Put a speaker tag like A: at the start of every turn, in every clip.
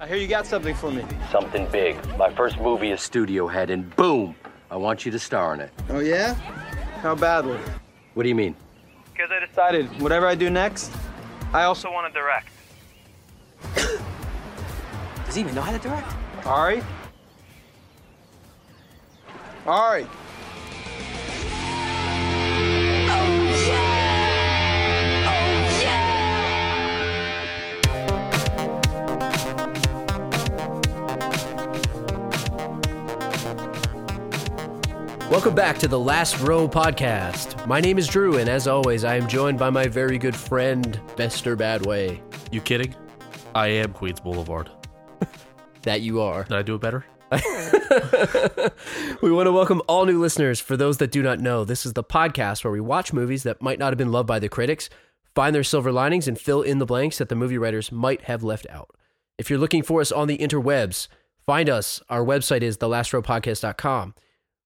A: I hear you got something for me.
B: Something big. My first movie is Studio Head, and boom, I want you to star in it.
A: Oh, yeah? How badly?
B: What do you mean?
C: Because I
A: Decided, whatever I do next, I also
C: also want to direct.
D: Does he even know how to direct?
A: Ari? Ari!
E: Welcome back to the Last Row Podcast. My name is Drew, and as always, I am joined by my very good friend, Bester Badway.
F: You kidding? I am Queens Boulevard.
E: That you are.
F: Did I do it better?
E: We want to welcome all new listeners. For those that do not know, this is the podcast where we watch movies that might not have been loved by the critics, find their silver linings, and fill in the blanks that the movie writers might have left out. If you're looking for us on the interwebs, find us. Our website is thelastrowpodcast.com.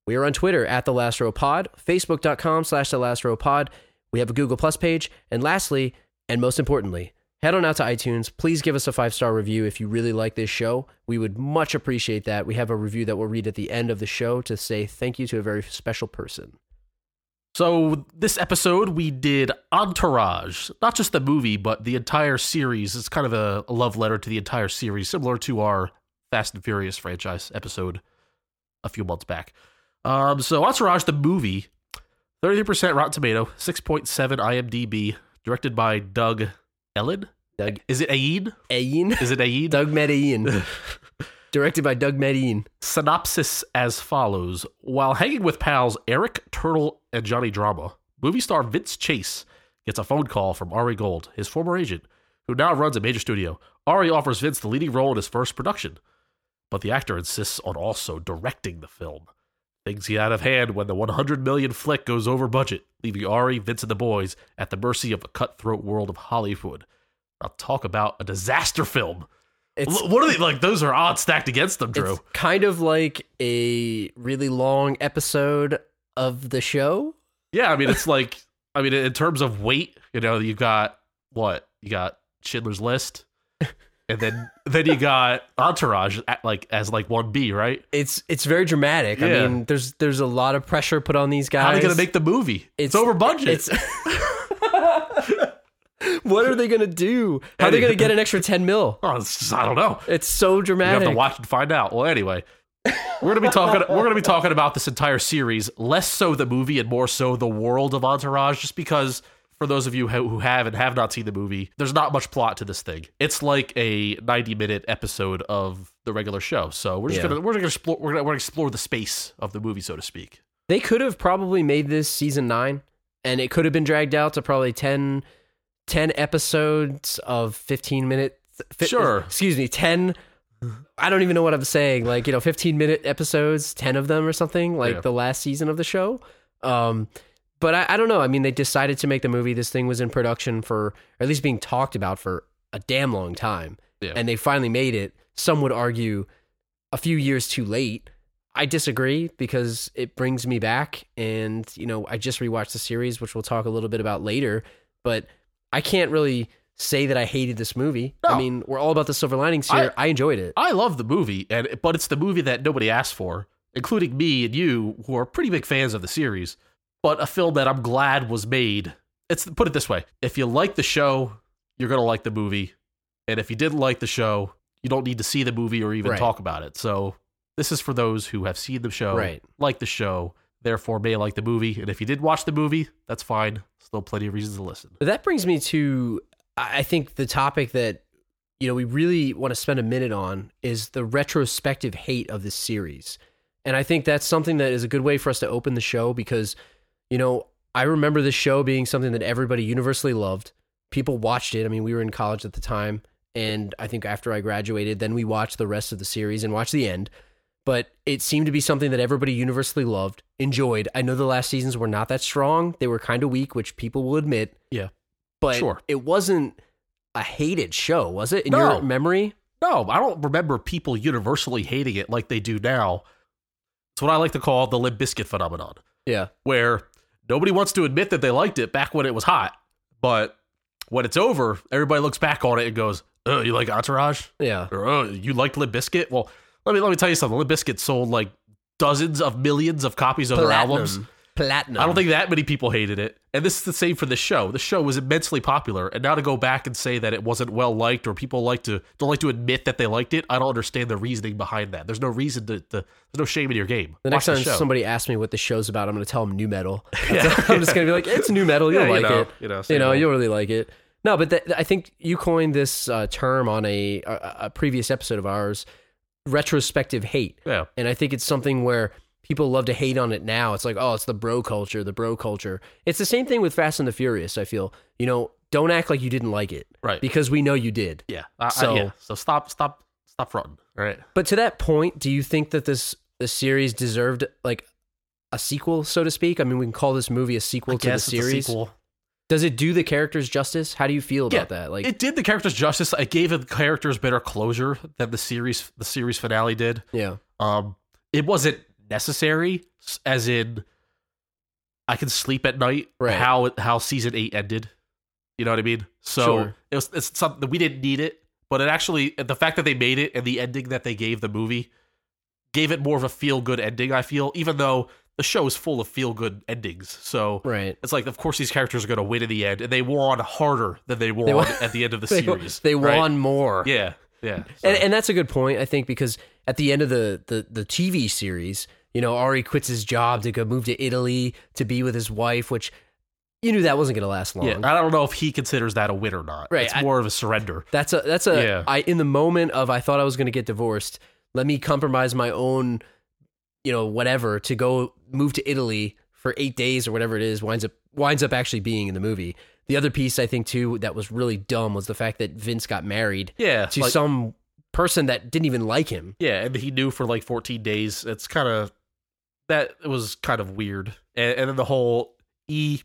E: We are on Twitter at The Last Row Pod, Facebook.com slash The Last Row Pod. We have a Google Plus page. And lastly, and most importantly, head on out to iTunes. Please give us a five star review if you really like this show. We would much appreciate that. We have a review that we'll read at the end of the show to say thank you to a very special person.
F: So, this episode we did Entourage, not just the movie, but the entire series. It's kind of a, a love letter to the entire series, similar to our Fast and Furious franchise episode a few months back. Um, so, Entourage, the movie, 33% Rotten Tomato, 6.7 IMDb, directed by Doug Ellen.
E: Doug
F: Is it Aid?
E: Ayin.
F: Is it Aid?
E: Doug Medellin. Directed by Doug Medellin.
F: synopsis as follows while hanging with pals eric turtle and johnny drama movie star vince chase gets a phone call from ari gold his former agent who now runs a major studio ari offers vince the leading role in his first production but the actor insists on also directing the film things get out of hand when the 100 million flick goes over budget leaving ari vince and the boys at the mercy of a cutthroat world of hollywood i'll talk about a disaster film
E: It's
F: L- what are they like those are odds stacked against them drew
E: It's kind of like a really long episode of the show.
F: Yeah, I mean, it's like, I mean, in terms of weight, you know, you got what? You got Schindler's List, and then then you got Entourage, at, like as like one B, right?
E: It's it's very dramatic. I
F: Yeah.
E: mean, there's there's a lot of pressure put on these guys.
F: How are they gonna make the movie? It's, over budget.
E: it's- what are they gonna do? How are they
F: Eddie.
E: gonna get an extra ten mil?
F: oh, it's just, I don't know.
E: It's so
F: You have
E: dramatic.
F: to watch and find out. Well, anyway, we're gonna be talking. We're gonna be talking about this entire series, less so the movie and more so the world of Entourage, just because for those of you who who have and have not seen the movie, there's not much plot to this thing. It's like a 90 minute episode of the regular show. So we're just
E: Yeah.
F: gonna we're gonna explore we're gonna, we're gonna explore the space of the movie, so to speak.
E: They could have probably made this season nine, and it could have been dragged out to probably 10, 10 episodes of fifteen minutes. fi-
F: Sure.
E: Excuse me, ten. I don't even know what I'm saying. Like you know, fifteen minute episodes, ten of them or something. Like
F: Yeah.
E: the last season of the show. Um, but I, I don't know. I mean, they decided to make the movie. This thing was in production for, or at least being talked about for a damn long time,
F: Yeah.
E: and they finally made it. Some would argue a few years too late. I disagree because it brings me back, and you know, I just rewatched the series, which we'll talk a little bit about later. But I can't really say that I hated this movie. I
F: No.
E: mean, we're all about the silver linings here. I, enjoyed it.
F: I love the movie, and but it's the movie that nobody asked for, including me and you, who are pretty big fans of the series. But a film that I'm glad was made. It's put it this way: if you like the show, you're gonna like the movie, and if you didn't like the show, you don't need to see the movie or even
E: Right.
F: talk about it. So this is for those who have seen the show,
E: Right.
F: like the show, therefore may like the movie. And if you did watch the movie, that's fine. Still plenty of reasons to listen.
E: But that brings me to, I I think, the topic that you know we really want to spend a minute on is the retrospective hate of this series, and I think that's something that is a good way for us to open the show because, you know, I remember this show being something that everybody universally loved. People watched it. I mean, we were in college at the time, and I think after I graduated, then we watched the rest of the series and watched the end. But it seemed to be something that everybody universally loved, enjoyed. I know the last seasons were not that strong; they were kind of weak, which people will admit but
F: Sure.
E: it wasn't a hated show, was it? In
F: No.
E: your memory?
F: No, I don't remember people universally hating it like they do now. It's what I like to call the Limp Biscuit phenomenon,
E: Yeah.
F: where nobody wants to admit that they liked it back when it was hot, but when it's over, everybody looks back on it and goes, oh, you like Entourage?
E: Yeah.
F: Or oh, you like Limp Bizkit? Well, let me let me tell you something. Limp Bizkit sold like dozens of millions of copies of their albums.
E: Platinum.
F: I don't think that many people hated it. And this is the same for the show. The show was immensely popular, and now to go back and say that it wasn't well liked or people like to don't like to admit that they liked it, I don't understand the reasoning behind that. There's no reason to, to there's no shame in your game.
E: The next
F: Watch
E: time
F: the show.
E: somebody asks me what the show's about, I'm going to tell them new metal. I'm just going to be like, it's new metal. oh, You'll
F: Yeah, you
E: like
F: know,
E: it.
F: you know,
E: you
F: same old.
E: will really like it. No, but that I think you coined this uh, term on a, a, a previous episode of ours, retrospective hate.
F: Yeah.
E: And I think it's something where people love to hate on it now. It's like, oh, it's the bro culture, the bro culture. It's the same thing with Fast and the Furious, I feel. You know, don't act like you didn't like it.
F: Right.
E: Because we know you did.
F: yeah. I, so,
E: So-
F: yeah. So stop stop stop fronting. All right.
E: But to that point, do you think that this the series deserved like a sequel, so to speak? I mean, we can call this movie a sequel to the
F: Guess it's a
E: series.
F: sequel.
E: Does it do the characters justice? How do you feel about that? Like,
F: it did the characters justice. It gave the characters better closure than the series the series finale did.
E: yeah,
F: Um, it wasn't necessary, s- as in, I can sleep at night.
E: Right.
F: How it, how season eight ended, you know what I mean? So
E: Sure.
F: it was it's something we didn't need it, but it actually the fact that they made it and the ending that they gave the movie gave it more of a feel good ending. I feel, even though the show is full of feel good endings, so.
E: right.
F: It's like, of course, these characters are going to win in the end, and they won harder than they won,
E: won-
F: at the end of the
E: They,
F: series.
E: they
F: right?
E: won more.
F: Yeah, yeah. so-
E: and, and that's a good point, I think, because at the end of the, the the TV series, you know, Ari quits his job to go move to Italy to be with his wife, which you knew that wasn't going to last long.
F: Yeah, I don't know if he considers that a win or not.
E: Right,
F: It's
E: I-
F: more of a surrender.
E: That's a that's a I
F: Yeah.
E: in the moment of I thought I was going to get divorced. Let me compromise my own, you know, whatever to go move to Italy for eight days or whatever it is. winds up winds up actually being in the movie. The other piece I think too that was really dumb was the fact that Vince got married
F: Yeah.
E: to
F: like-
E: some person that didn't even like him.
F: yeah, and he knew for like 14 days. It's kind of that it was kind of weird. And, and then the whole E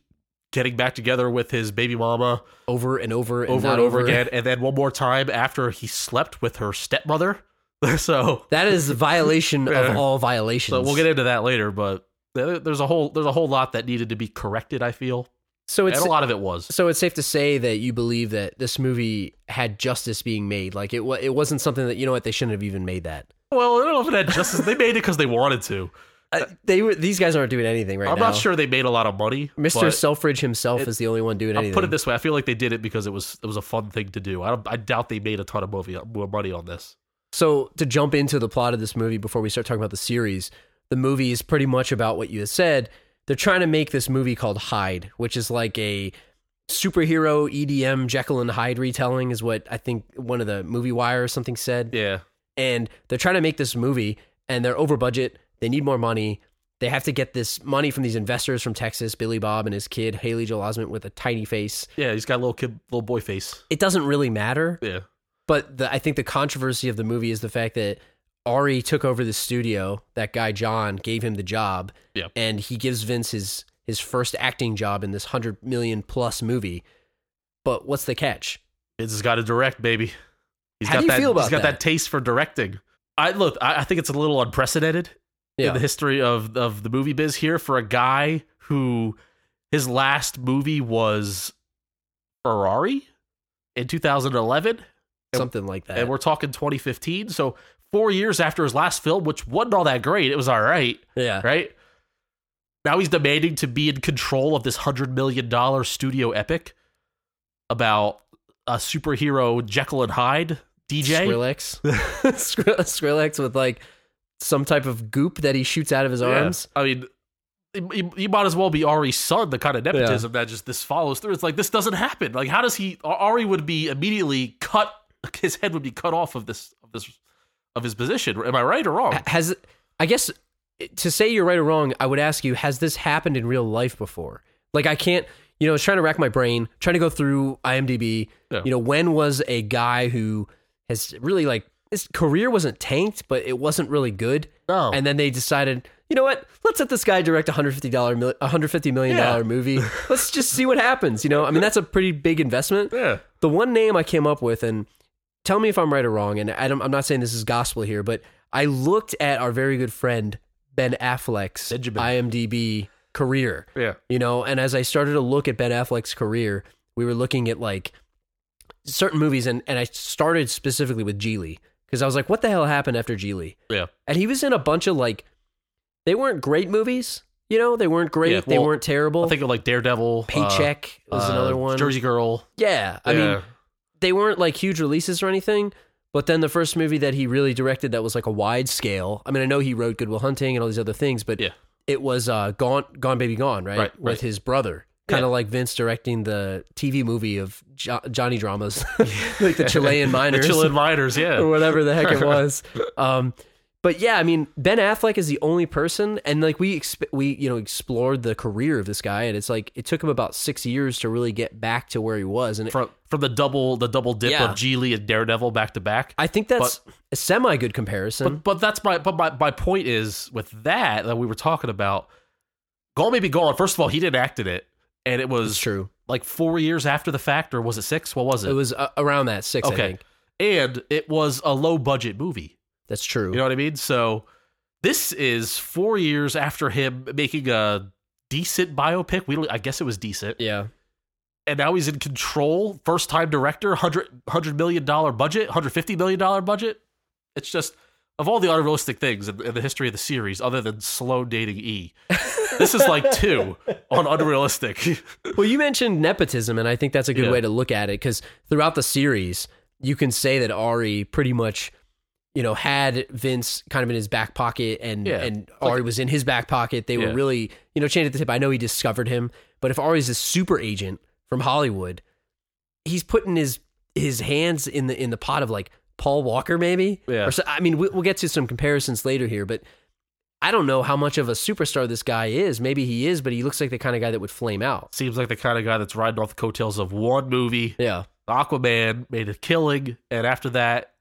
F: getting back together with his baby mama
E: Over and over and
F: over
E: not
F: and over again, and then one more time after he slept with her stepmother. so,
E: That is a violation
F: Yeah.
E: of all violations.
F: so we'll get into that later, but there- there's a whole there's a whole lot that needed to be corrected. I feel,
E: So it's
F: and a lot of it was.
E: So it's safe to say that you believe that this movie had justice being made. Like it, wa- it wasn't something that you know what they shouldn't have even made that.
F: Well, I don't know if it had justice. they made it because they wanted to.
E: Uh, they were these guys aren't doing anything right
F: I'm
E: now.
F: not sure they made a lot of money.
E: Mr.
F: but-
E: Selfridge himself
F: it-
E: is the only one doing anything.
F: I'll put it this way: I feel like they did it because it was it was a fun thing to do. I, don't, I doubt they made a ton of movie more money on this.
E: so to jump into the plot of this movie before we start talking about the series, the movie is pretty much about what you had said. They're trying to make this movie called Hyde, which is like a superhero EDM Jekyll and Hyde retelling, is what I think one of the movie wire or something said.
F: Yeah,
E: and they're trying to make this movie and they're over budget they need more money they have to get this money from these investors from texas billy bob and his kid haley joel osment with a tiny face
F: yeah. He's got a little kid, little boy face.
E: it doesn't really matter
F: Yeah,
E: but the, i think the controversy of the movie is the fact that ari took over the studio that guy john gave him the job
F: Yeah.
E: and he gives vince his his first acting job in this 100 million plus movie but what's the catch
F: Vince has got to direct, baby. He's
E: How
F: got
E: do you
F: that,
E: feel about
F: He's got that?
E: that?
F: taste for directing. I look. I, I think it's a little unprecedented in
E: Yeah.
F: the history of of the movie biz here for a guy who his last movie was Ferrari in 2011.
E: something like that
F: and we're talking 2015. So four years after his last film, which wasn't all that great, it was all right,
E: yeah
F: right? Now he's demanding to be in control of this hundred million dollar studio epic about a superhero Jekyll and Hyde DJ.
E: Skrillex. Skri- Skrillex with like some type of goop that he shoots out of his
F: Yeah.
E: arms.
F: I mean. You, you might as well be Ari's son. The kind of nepotism that just this follows through. It's like this doesn't happen. Like how does he? Ari would be immediately cut. His head would be cut off of this of this of his position. Am I right or wrong?
E: Ha- Has I guess to say you're right or wrong, I would ask you, has this happened in real life before? Like I can't, you know, I was trying to rack my brain, trying to go through IMDb.
F: Yeah.
E: You know, when was a guy who has really like his career wasn't tanked, but it wasn't really good.
F: No.
E: And then they decided, you know what? Let's let this guy direct a hundred fifty dollar, hundred fifty million dollar
F: Yeah.
E: movie. Let's just see what happens. You know, I mean, that's a pretty big investment.
F: Yeah.
E: The one name I came up with, and tell me if I'm right or wrong, and I don't, I'm not saying this is gospel here, but I looked at our very good friend Ben Affleck's
F: Benjamin.
E: IMDb career,
F: Yeah.
E: you know, and as I started to look at Ben Affleck's career, we were looking at like certain movies, and, and I started specifically with Geely because I was like, what the hell happened after Geely?
F: Yeah.
E: And he was in a bunch of like, they weren't great movies. You know, they weren't great.
F: Yeah,
E: they
F: well,
E: weren't terrible.
F: I think of like Daredevil, uh,
E: Paycheck was
F: uh,
E: another one.
F: Jersey Girl.
E: Yeah, I mean,
F: Yeah.
E: they weren't like huge releases or anything. But then the first movie that he really directed that was like a wide scale. I mean, I know he wrote Good Will Hunting and all these other things, but
F: Yeah.
E: it was uh, Gone, Gone Baby Gone, right?
F: Right,
E: With
F: right.
E: his brother, kind of like Vince directing the TV movie of jo- Johnny dramas, like the Chilean
F: the
E: miners
F: Chilean Miners.
E: or
F: Yeah,
E: whatever the heck it was. Um, but yeah, I mean, Ben Affleck is the only person, and like we exp- we you know explored the career of this guy, and it's like it took him about six years to really get back to where he was, and it-
F: from from the double the double dip
E: Yeah.
F: of Geely and Daredevil back to back.
E: I think that's a semi good comparison.
F: But but that's my but my, my point is with that that we were talking about. Gone Baby Gone. First of all, he didn't act in it, and it was
E: it's true.
F: like four years after the fact, or was it six? What was it?
E: It was uh, around that six. I
F: okay,
E: think
F: and it was a low budget movie.
E: that's true.
F: You know what I mean? So this is four years after him making a decent biopic. We don't- I guess it was decent.
E: yeah,
F: and now he's in control, first time director, 100, $100 million dollar budget, $150 million dollar budget. It's just, of all the unrealistic things in, in the history of the series, other than slow dating E, this is like two on unrealistic.
E: Well, you mentioned nepotism, and I think that's a good
F: Yeah.
E: way to look at it because throughout the series, you can say that Ari pretty much, you know, had Vince kind of in his back pocket, and
F: Yeah.
E: and Ari was in his back pocket. They
F: Yeah.
E: were really, you know, chained at the tip. I know he discovered him, but if Ari's a super agent from Hollywood, he's putting his his hands in the in the pot of like Paul Walker, maybe.
F: Yeah.
E: Or so, I mean, we, we'll get to some comparisons later here, but I don't know how much of a superstar this guy is. Maybe he is, but he looks like the kind of guy that would flame out.
F: Seems like the kind of guy that's riding off the coattails of one movie.
E: Yeah.
F: Aquaman made a killing, and after that,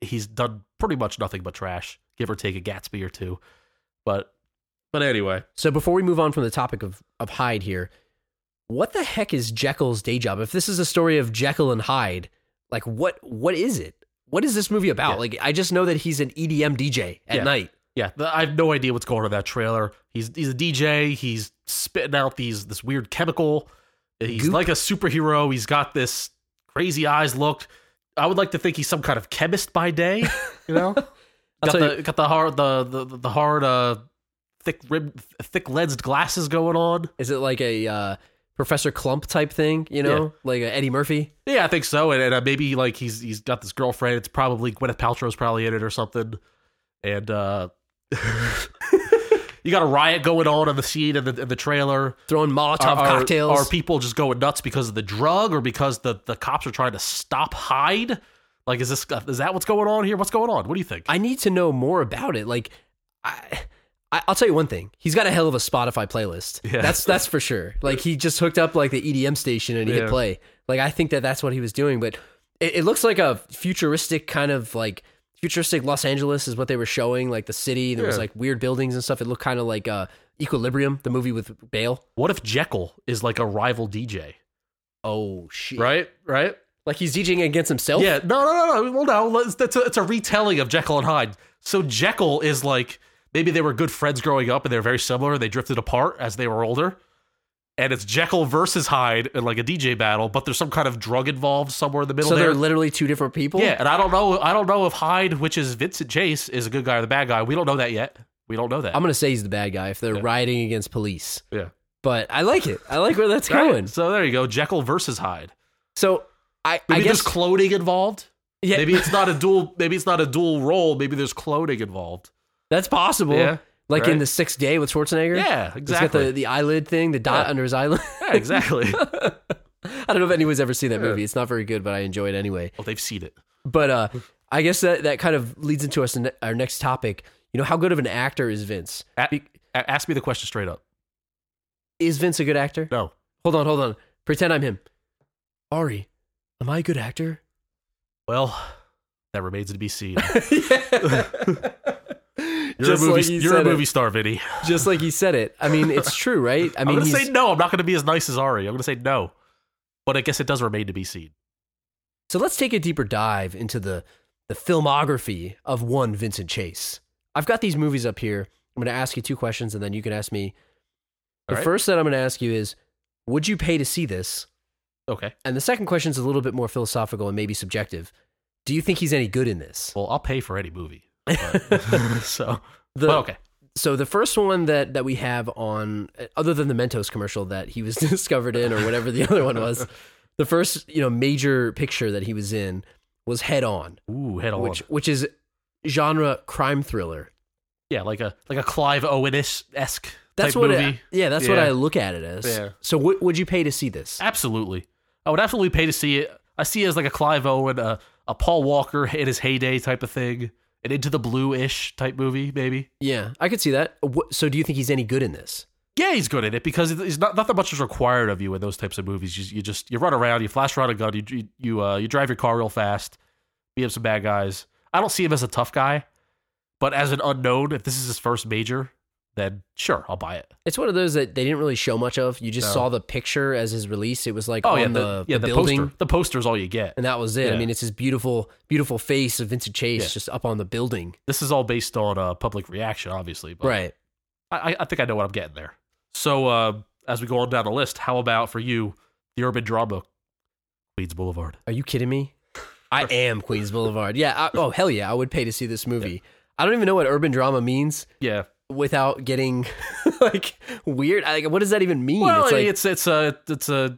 F: he's done pretty much nothing but trash, give or take a Gatsby or two. But, but anyway,
E: So before we move on from the topic of, of Hyde here, what the heck is Jekyll's day job? If this is a story of Jekyll and Hyde, like what what is it? What is this movie about?
F: Yeah.
E: Like I just know that he's an E EDM DJ at
F: Yeah.
E: night.
F: Yeah, th- I have no idea what's going on in that trailer. He's he's a DJ. He's spitting out these this weird chemical. He's
E: Goop.
F: like a superhero. He's got this crazy eyes look. I would like to think he's some kind of chemist by day. You know,
E: I'll
F: got
E: tell
F: the got the hard the the, the- the hard uh thick rib thick lensed glasses going on.
E: Is it like a uh, Professor Clump type thing? You know, like a Eddie Murphy.
F: Yeah, I think so. And, and uh, maybe like he's he's got this girlfriend. It's probably Gwyneth Paltrow's probably in it or something. And uh you got a riot going on on the scene and the in the trailer.
E: Throwing Molotov
F: are, are-
E: cocktails.
F: Are people just going nuts because of the drug or because the, the cops are trying to stop Hyde? Like, is this is that what's going on here? What's going on? What do you think?
E: I need to know more about it. Like, I, I, I'll tell you one thing. He's got a hell of a Spotify playlist.
F: Yeah.
E: That's that's for sure. Like he just hooked up like the EDM station and he
F: Yeah.
E: hit play. Like I think that that's what he was doing. But it, it looks like a futuristic kind of like futuristic Los Angeles is what they were showing. Like the city. There was
F: Yeah.
E: like weird buildings and stuff. It looked kind of like uh, Equilibrium, the movie with Bale.
F: what if Jekyll is like a rival DJ?
E: Oh shit!
F: Right, right.
E: Like he's DJing against himself.
F: Yeah, no, no, no, no. Well, no, let's- that's a, it's a retelling of Jekyll and Hyde. So Jekyll is like maybe they were good friends growing up and they're very similar. They drifted apart as they were older, and it's Jekyll versus Hyde in like a DJ battle. But there's some kind of drug involved somewhere in the middle.
E: So
F: there.
E: they're literally two different people.
F: Yeah, and I don't know. I don't know if Hyde, which is Vincent Chase, is a good guy or the bad guy. We don't know that yet. We don't know that.
E: I'm gonna say he's the bad guy if they're rioting against police.
F: Yeah.
E: But I like it. I like where that's
F: Right,
E: going.
F: So there you go, Jekyll versus Hyde.
E: So I, I
F: Maybe
E: guess
F: there's cloning involved.
E: yeah,
F: Maybe it's not a dual. Maybe it's not a dual role. Maybe there's cloning involved.
E: that's possible.
F: Yeah,
E: like
F: right.
E: in the sixth day with Schwarzenegger.
F: Yeah,
E: He's got the,
F: exactly.
E: the eyelid thing, the dot
F: Yeah.
E: under his eyelid.
F: Yeah, exactly. well,
E: I don't know if anyone's ever seen that movie. It's not very good, but I enjoy it anyway.
F: they've seen it.
E: But uh, I guess that, that kind of leads into us ne- our next topic. You know, how good of an actor is Vince?
F: A- a- ask me the question straight up.
E: Is Vince a good actor?
F: No,
E: Hold on, hold on. Pretend I'm him. Ari, am I a good actor?
F: Well, that remains to be seen. You're
E: Just
F: a movie.
E: like you
F: you're a
E: said it.
F: movie star, Vinny.
E: Just like he said it. I mean, it's true, right? I
F: I am
E: mean,
F: gonna
E: he's-
F: say no. I'm not gonna be as nice as Ari. I'm gonna say no. But I guess it does remain to be seen.
E: So let's take a deeper dive into the the filmography of one Vincent Chase. I've got these movies up here. I'm going to ask you two questions, and then you can ask me. the
F: All right.
E: first that I'm going to ask you is, would you pay to see this?
F: Okay.
E: And the second question is a little bit more philosophical and maybe subjective. Do you think he's any good in this?
F: Well, I'll pay for any movie. so,
E: The-
F: but okay.
E: So the first one that that we have on, other than the Mentos commercial that he was discovered in, or whatever the other one was, the first you know major picture that he was in was Head On,
F: Ooh, head on.
E: which which is genre crime thriller.
F: yeah, like a like a Clive Owen esque.
E: That's
F: type
E: what,
F: movie.
E: I, yeah, that's what
F: Yeah.
E: I look at it as.
F: Yeah.
E: So what would you pay to see this?
F: Absolutely. I would absolutely pay to see it. I see it as like a Clive Owen, a, a Paul Walker in his heyday type of thing, an Into the Blue ish type movie, maybe.
E: Yeah, I could see that. What, so do you think he's any good in this?
F: Yeah, he's good at it because it's not not that much is required of you in those types of movies. You, you just you run around, you flash around a gun, you you you, uh, you drive your car real fast, beat up some bad guys. I don't see him as a tough guy, but as an unknown, if this is his first major, then sure, I'll buy it.
E: It's one of those that they didn't really show much of. You just
F: No.
E: saw the picture as his release. It was like
F: Oh
E: on
F: yeah, the,
E: the,
F: yeah,
E: the
F: the,
E: building.
F: poster. The poster is all you get.
E: And that was it. I
F: Yeah.
E: mean, it's his beautiful, beautiful face of Vincent Chase
F: Yeah.
E: just up on the building.
F: This is all based on uh, public reaction, obviously. But
E: Right.
F: I, I- I think I know what I'm getting there. So uh, as we go on down the list, how about for you, the urban drama, Queens Boulevard?
E: Are you kidding me? I am Queens Boulevard. Yeah. I, oh, hell yeah. I would pay to see this movie. I don't even know what urban drama means
F: Yeah,
E: without getting like weird. Like, what does that even mean?
F: well,
E: it's like
F: it's it's a it's a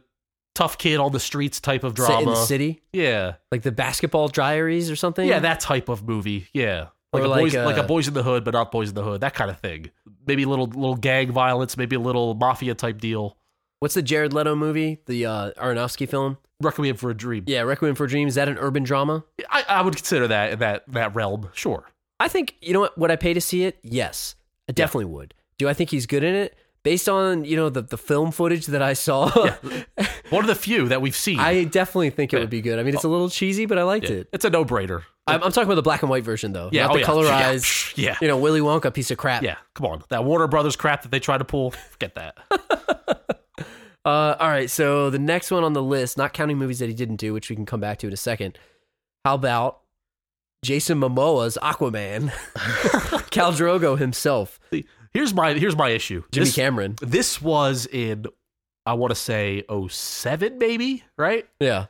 F: tough kid on the streets type of
E: set in the
F: drama.
E: city,
F: Yeah,
E: like the basketball diaries or something.
F: yeah, that type of movie. Yeah, like
E: Or
F: a
E: like uh,
F: boys
E: a-
F: like a boys in the hood, but not boys in the hood. That kind of thing. Maybe little little gang violence. Maybe a little mafia type deal.
E: What's the Jared Leto movie? The uh, Aronofsky film?
F: Requiem for a Dream.
E: Yeah, Requiem for a Dream. Is that an urban drama?
F: I, I would consider that that that realm. Sure.
E: I think you know what. Would I pay to see it? Yes, I definitely would. Do I think he's good in it? Based on you know the the film footage that I saw,
F: One of the few that we've seen.
E: I definitely think it would be good. I mean, it's a little cheesy, but I liked it.
F: it's a no brainer.
E: Oh. I'm, I'm talking about the black and white version though,
F: Yeah,
E: not
F: oh,
E: the
F: yeah.
E: colorized,
F: Yeah.
E: you know, Willy Wonka piece of crap.
F: Yeah, come on. That Warner Brothers crap that they tried to pull, forget that.
E: Uh, all right, so the next one on the list, not counting movies that he didn't do, which we can come back to in a second. How about Jason Momoa's Aquaman, Cal Drogo himself,
F: See, here's my here's my issue.
E: Jimmy
F: this,
E: Cameron?
F: this was in I want to say 07 maybe, right?
E: Yeah,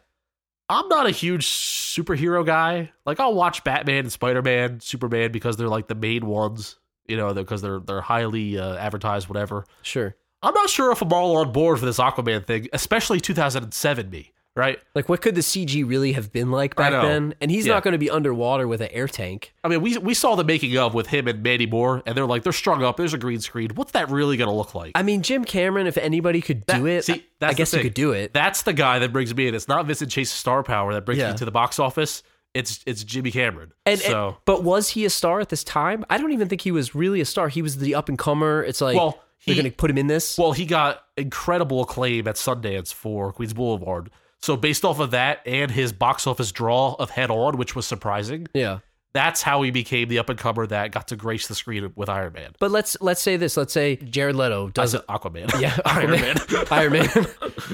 F: I'm not a huge superhero guy. Like I'll watch Batman and Spider-Man, Superman because they're like the main ones, you know, because they're they're highly uh, advertised whatever.
E: sure.
F: I'm not sure if I'm all on board for this Aquaman thing, especially 2007 me, right?
E: Like, what could the CG really have been like
F: I
E: back
F: know.
E: then? And he's
F: Yeah.
E: not going to be underwater with an air tank.
F: I mean, we we saw the making of with him and Mandy Moore, and they're like they're strung up. There's a green screen. What's that really gonna look like?
E: I mean, Jim Cameron, if anybody could do
F: That-
E: it,
F: see,
E: I-
F: that's
E: I
F: the
E: guess he
F: thing.
E: could do it.
F: That's the guy that brings me in. It's not Vincent Chase's star power that brings
E: Yeah.
F: me to the box office. It's it's Jimmy Cameron.
E: and, and-
F: so
E: but was he a star at this time? I don't even think he was really a star. He was the up and comer. It's like
F: Well,
E: they're
F: he-
E: going to put him in this.
F: well, he got incredible acclaim at Sundance for Queens Boulevard. So based off of that and his box office draw of Head On, which was surprising,
E: yeah.
F: that's how he became the up and comer that got to grace the screen with Iron Man.
E: But let's let's say this. Let's say Jared Leto
F: I
E: does
F: said Aquaman.
E: Yeah,
F: Iron Man.
E: Iron Man.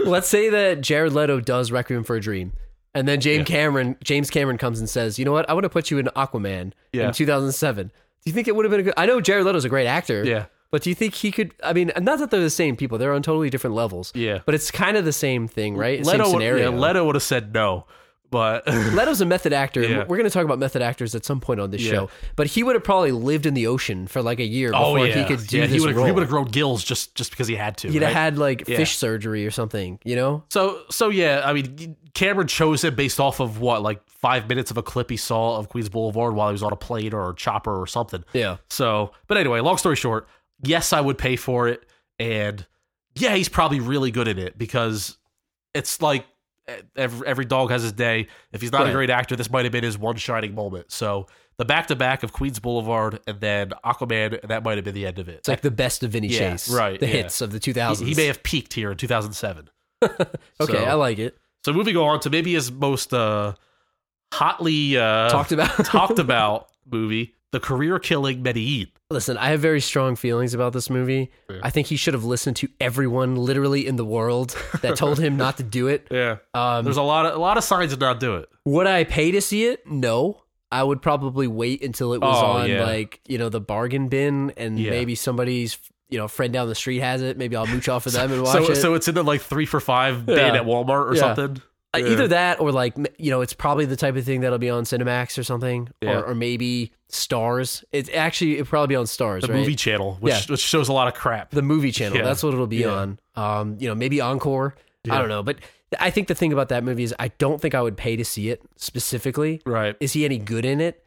E: let's say that Jared Leto does Requiem for a Dream, and then James Cameron James Cameron comes and says, "You know what? I want to put you in Aquaman
F: Yeah.
E: in 2007." Do you think it would have been a good? I know Jared Leto's a great actor.
F: Yeah.
E: But do you think he could? I mean, not that they're the same people; they're on totally different levels.
F: Yeah.
E: But it's kind of the same thing, right? same
F: Leto, yeah,
E: scenario.
F: Leto would have said no, but
E: Leto's a method actor. and
F: Yeah.
E: We're going to talk about method actors at some point on this
F: Yeah.
E: show. But he would have probably lived in the ocean for like a year before he could do
F: Oh, yeah,
E: this
F: he would
E: role.
F: have grown gills just just because he had to.
E: He'd
F: right?
E: have had like
F: Yeah.
E: fish surgery or something, you know?
F: So so yeah, I mean, Cameron chose him based off of what like five minutes of a clip he saw of Queens Boulevard while he was on a plane or a chopper or something.
E: Yeah.
F: So, but anyway, long story short, yes, I would pay for it, and yeah, he's probably really good at it because it's like e- every, every dog has his day. If he's not
E: Right.
F: a great actor, this might have been his one shining moment. So the back to back of Queens Boulevard and then Aquaman, and that might have been the end of it.
E: It's like the best of Vinny
F: Yeah,
E: Chase.
F: right,
E: The
F: yeah.
E: hits of the 2000s.
F: he, he may have peaked here in 2007.
E: Okay,
F: So-
E: I like it.
F: So moving on to maybe his most uh, hotly uh,
E: Talked about.
F: talked about movie, the career killing Medellin.
E: Listen, I have very strong feelings about this movie. I think he should have listened to everyone literally in the world that told him not to do it.
F: Yeah,
E: Um,
F: there's a lot of a lot of signs to not do it.
E: would I pay to see it? No. I would probably wait until it was
F: Oh,
E: on
F: yeah.
E: like, you know, the bargain bin and
F: Yeah.
E: maybe somebody's you know a friend down the street has it. Maybe I'll mooch off of them and watch
F: so,
E: it.
F: so it's in the like three for five bin
E: Yeah.
F: at Walmart or
E: Yeah.
F: something.
E: Uh, Either that or like m- you know, it's probably the type of thing that'll be on Cinemax or something,
F: Yeah.
E: or, or maybe Stars. It's actually it'll probably be on Stars,
F: The
E: right?
F: movie channel, which,
E: Yeah.
F: which shows a lot of crap.
E: the movie channel.
F: Yeah.
E: That's what it'll be
F: Yeah.
E: on. Um, you know, maybe Encore. I
F: Yeah.
E: don't know, but I think the thing about that movie is I don't think I would pay to see it specifically.
F: right.
E: Is he any good in it?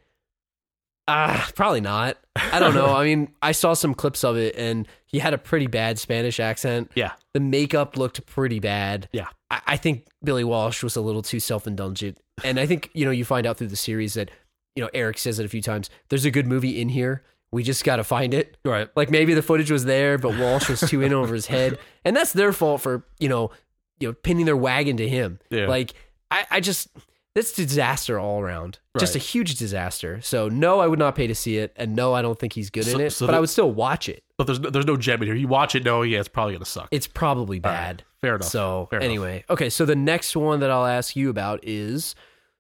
E: Ah, probably not. I don't know. I mean, I saw some clips of it, and he had a pretty bad Spanish accent.
F: Yeah.
E: The makeup looked pretty bad.
F: Yeah.
E: I, I think Billy Walsh was a little too self indulgent. And I think, you know, you find out through the series that, you know, Eric says it a few times there's a good movie in here. We just got to find it.
F: Right.
E: Like maybe the footage was there, but Walsh was too in over his head. And that's their fault for, you know, you know, pinning their wagon to him.
F: Yeah.
E: Like I, I just this disaster all around. Just a
F: Right.
E: huge disaster. So no, I would not pay to see it, and no, I don't think he's good
F: So-
E: in it.
F: so
E: but I
F: the-
E: would still watch it.
F: But there's no, there's no gem in here. You watch it, no, yeah, it's probably gonna suck.
E: It's probably
F: All right.
E: bad.
F: Fair enough.
E: So
F: Fair enough.
E: anyway, okay. So the next one that I'll ask you about is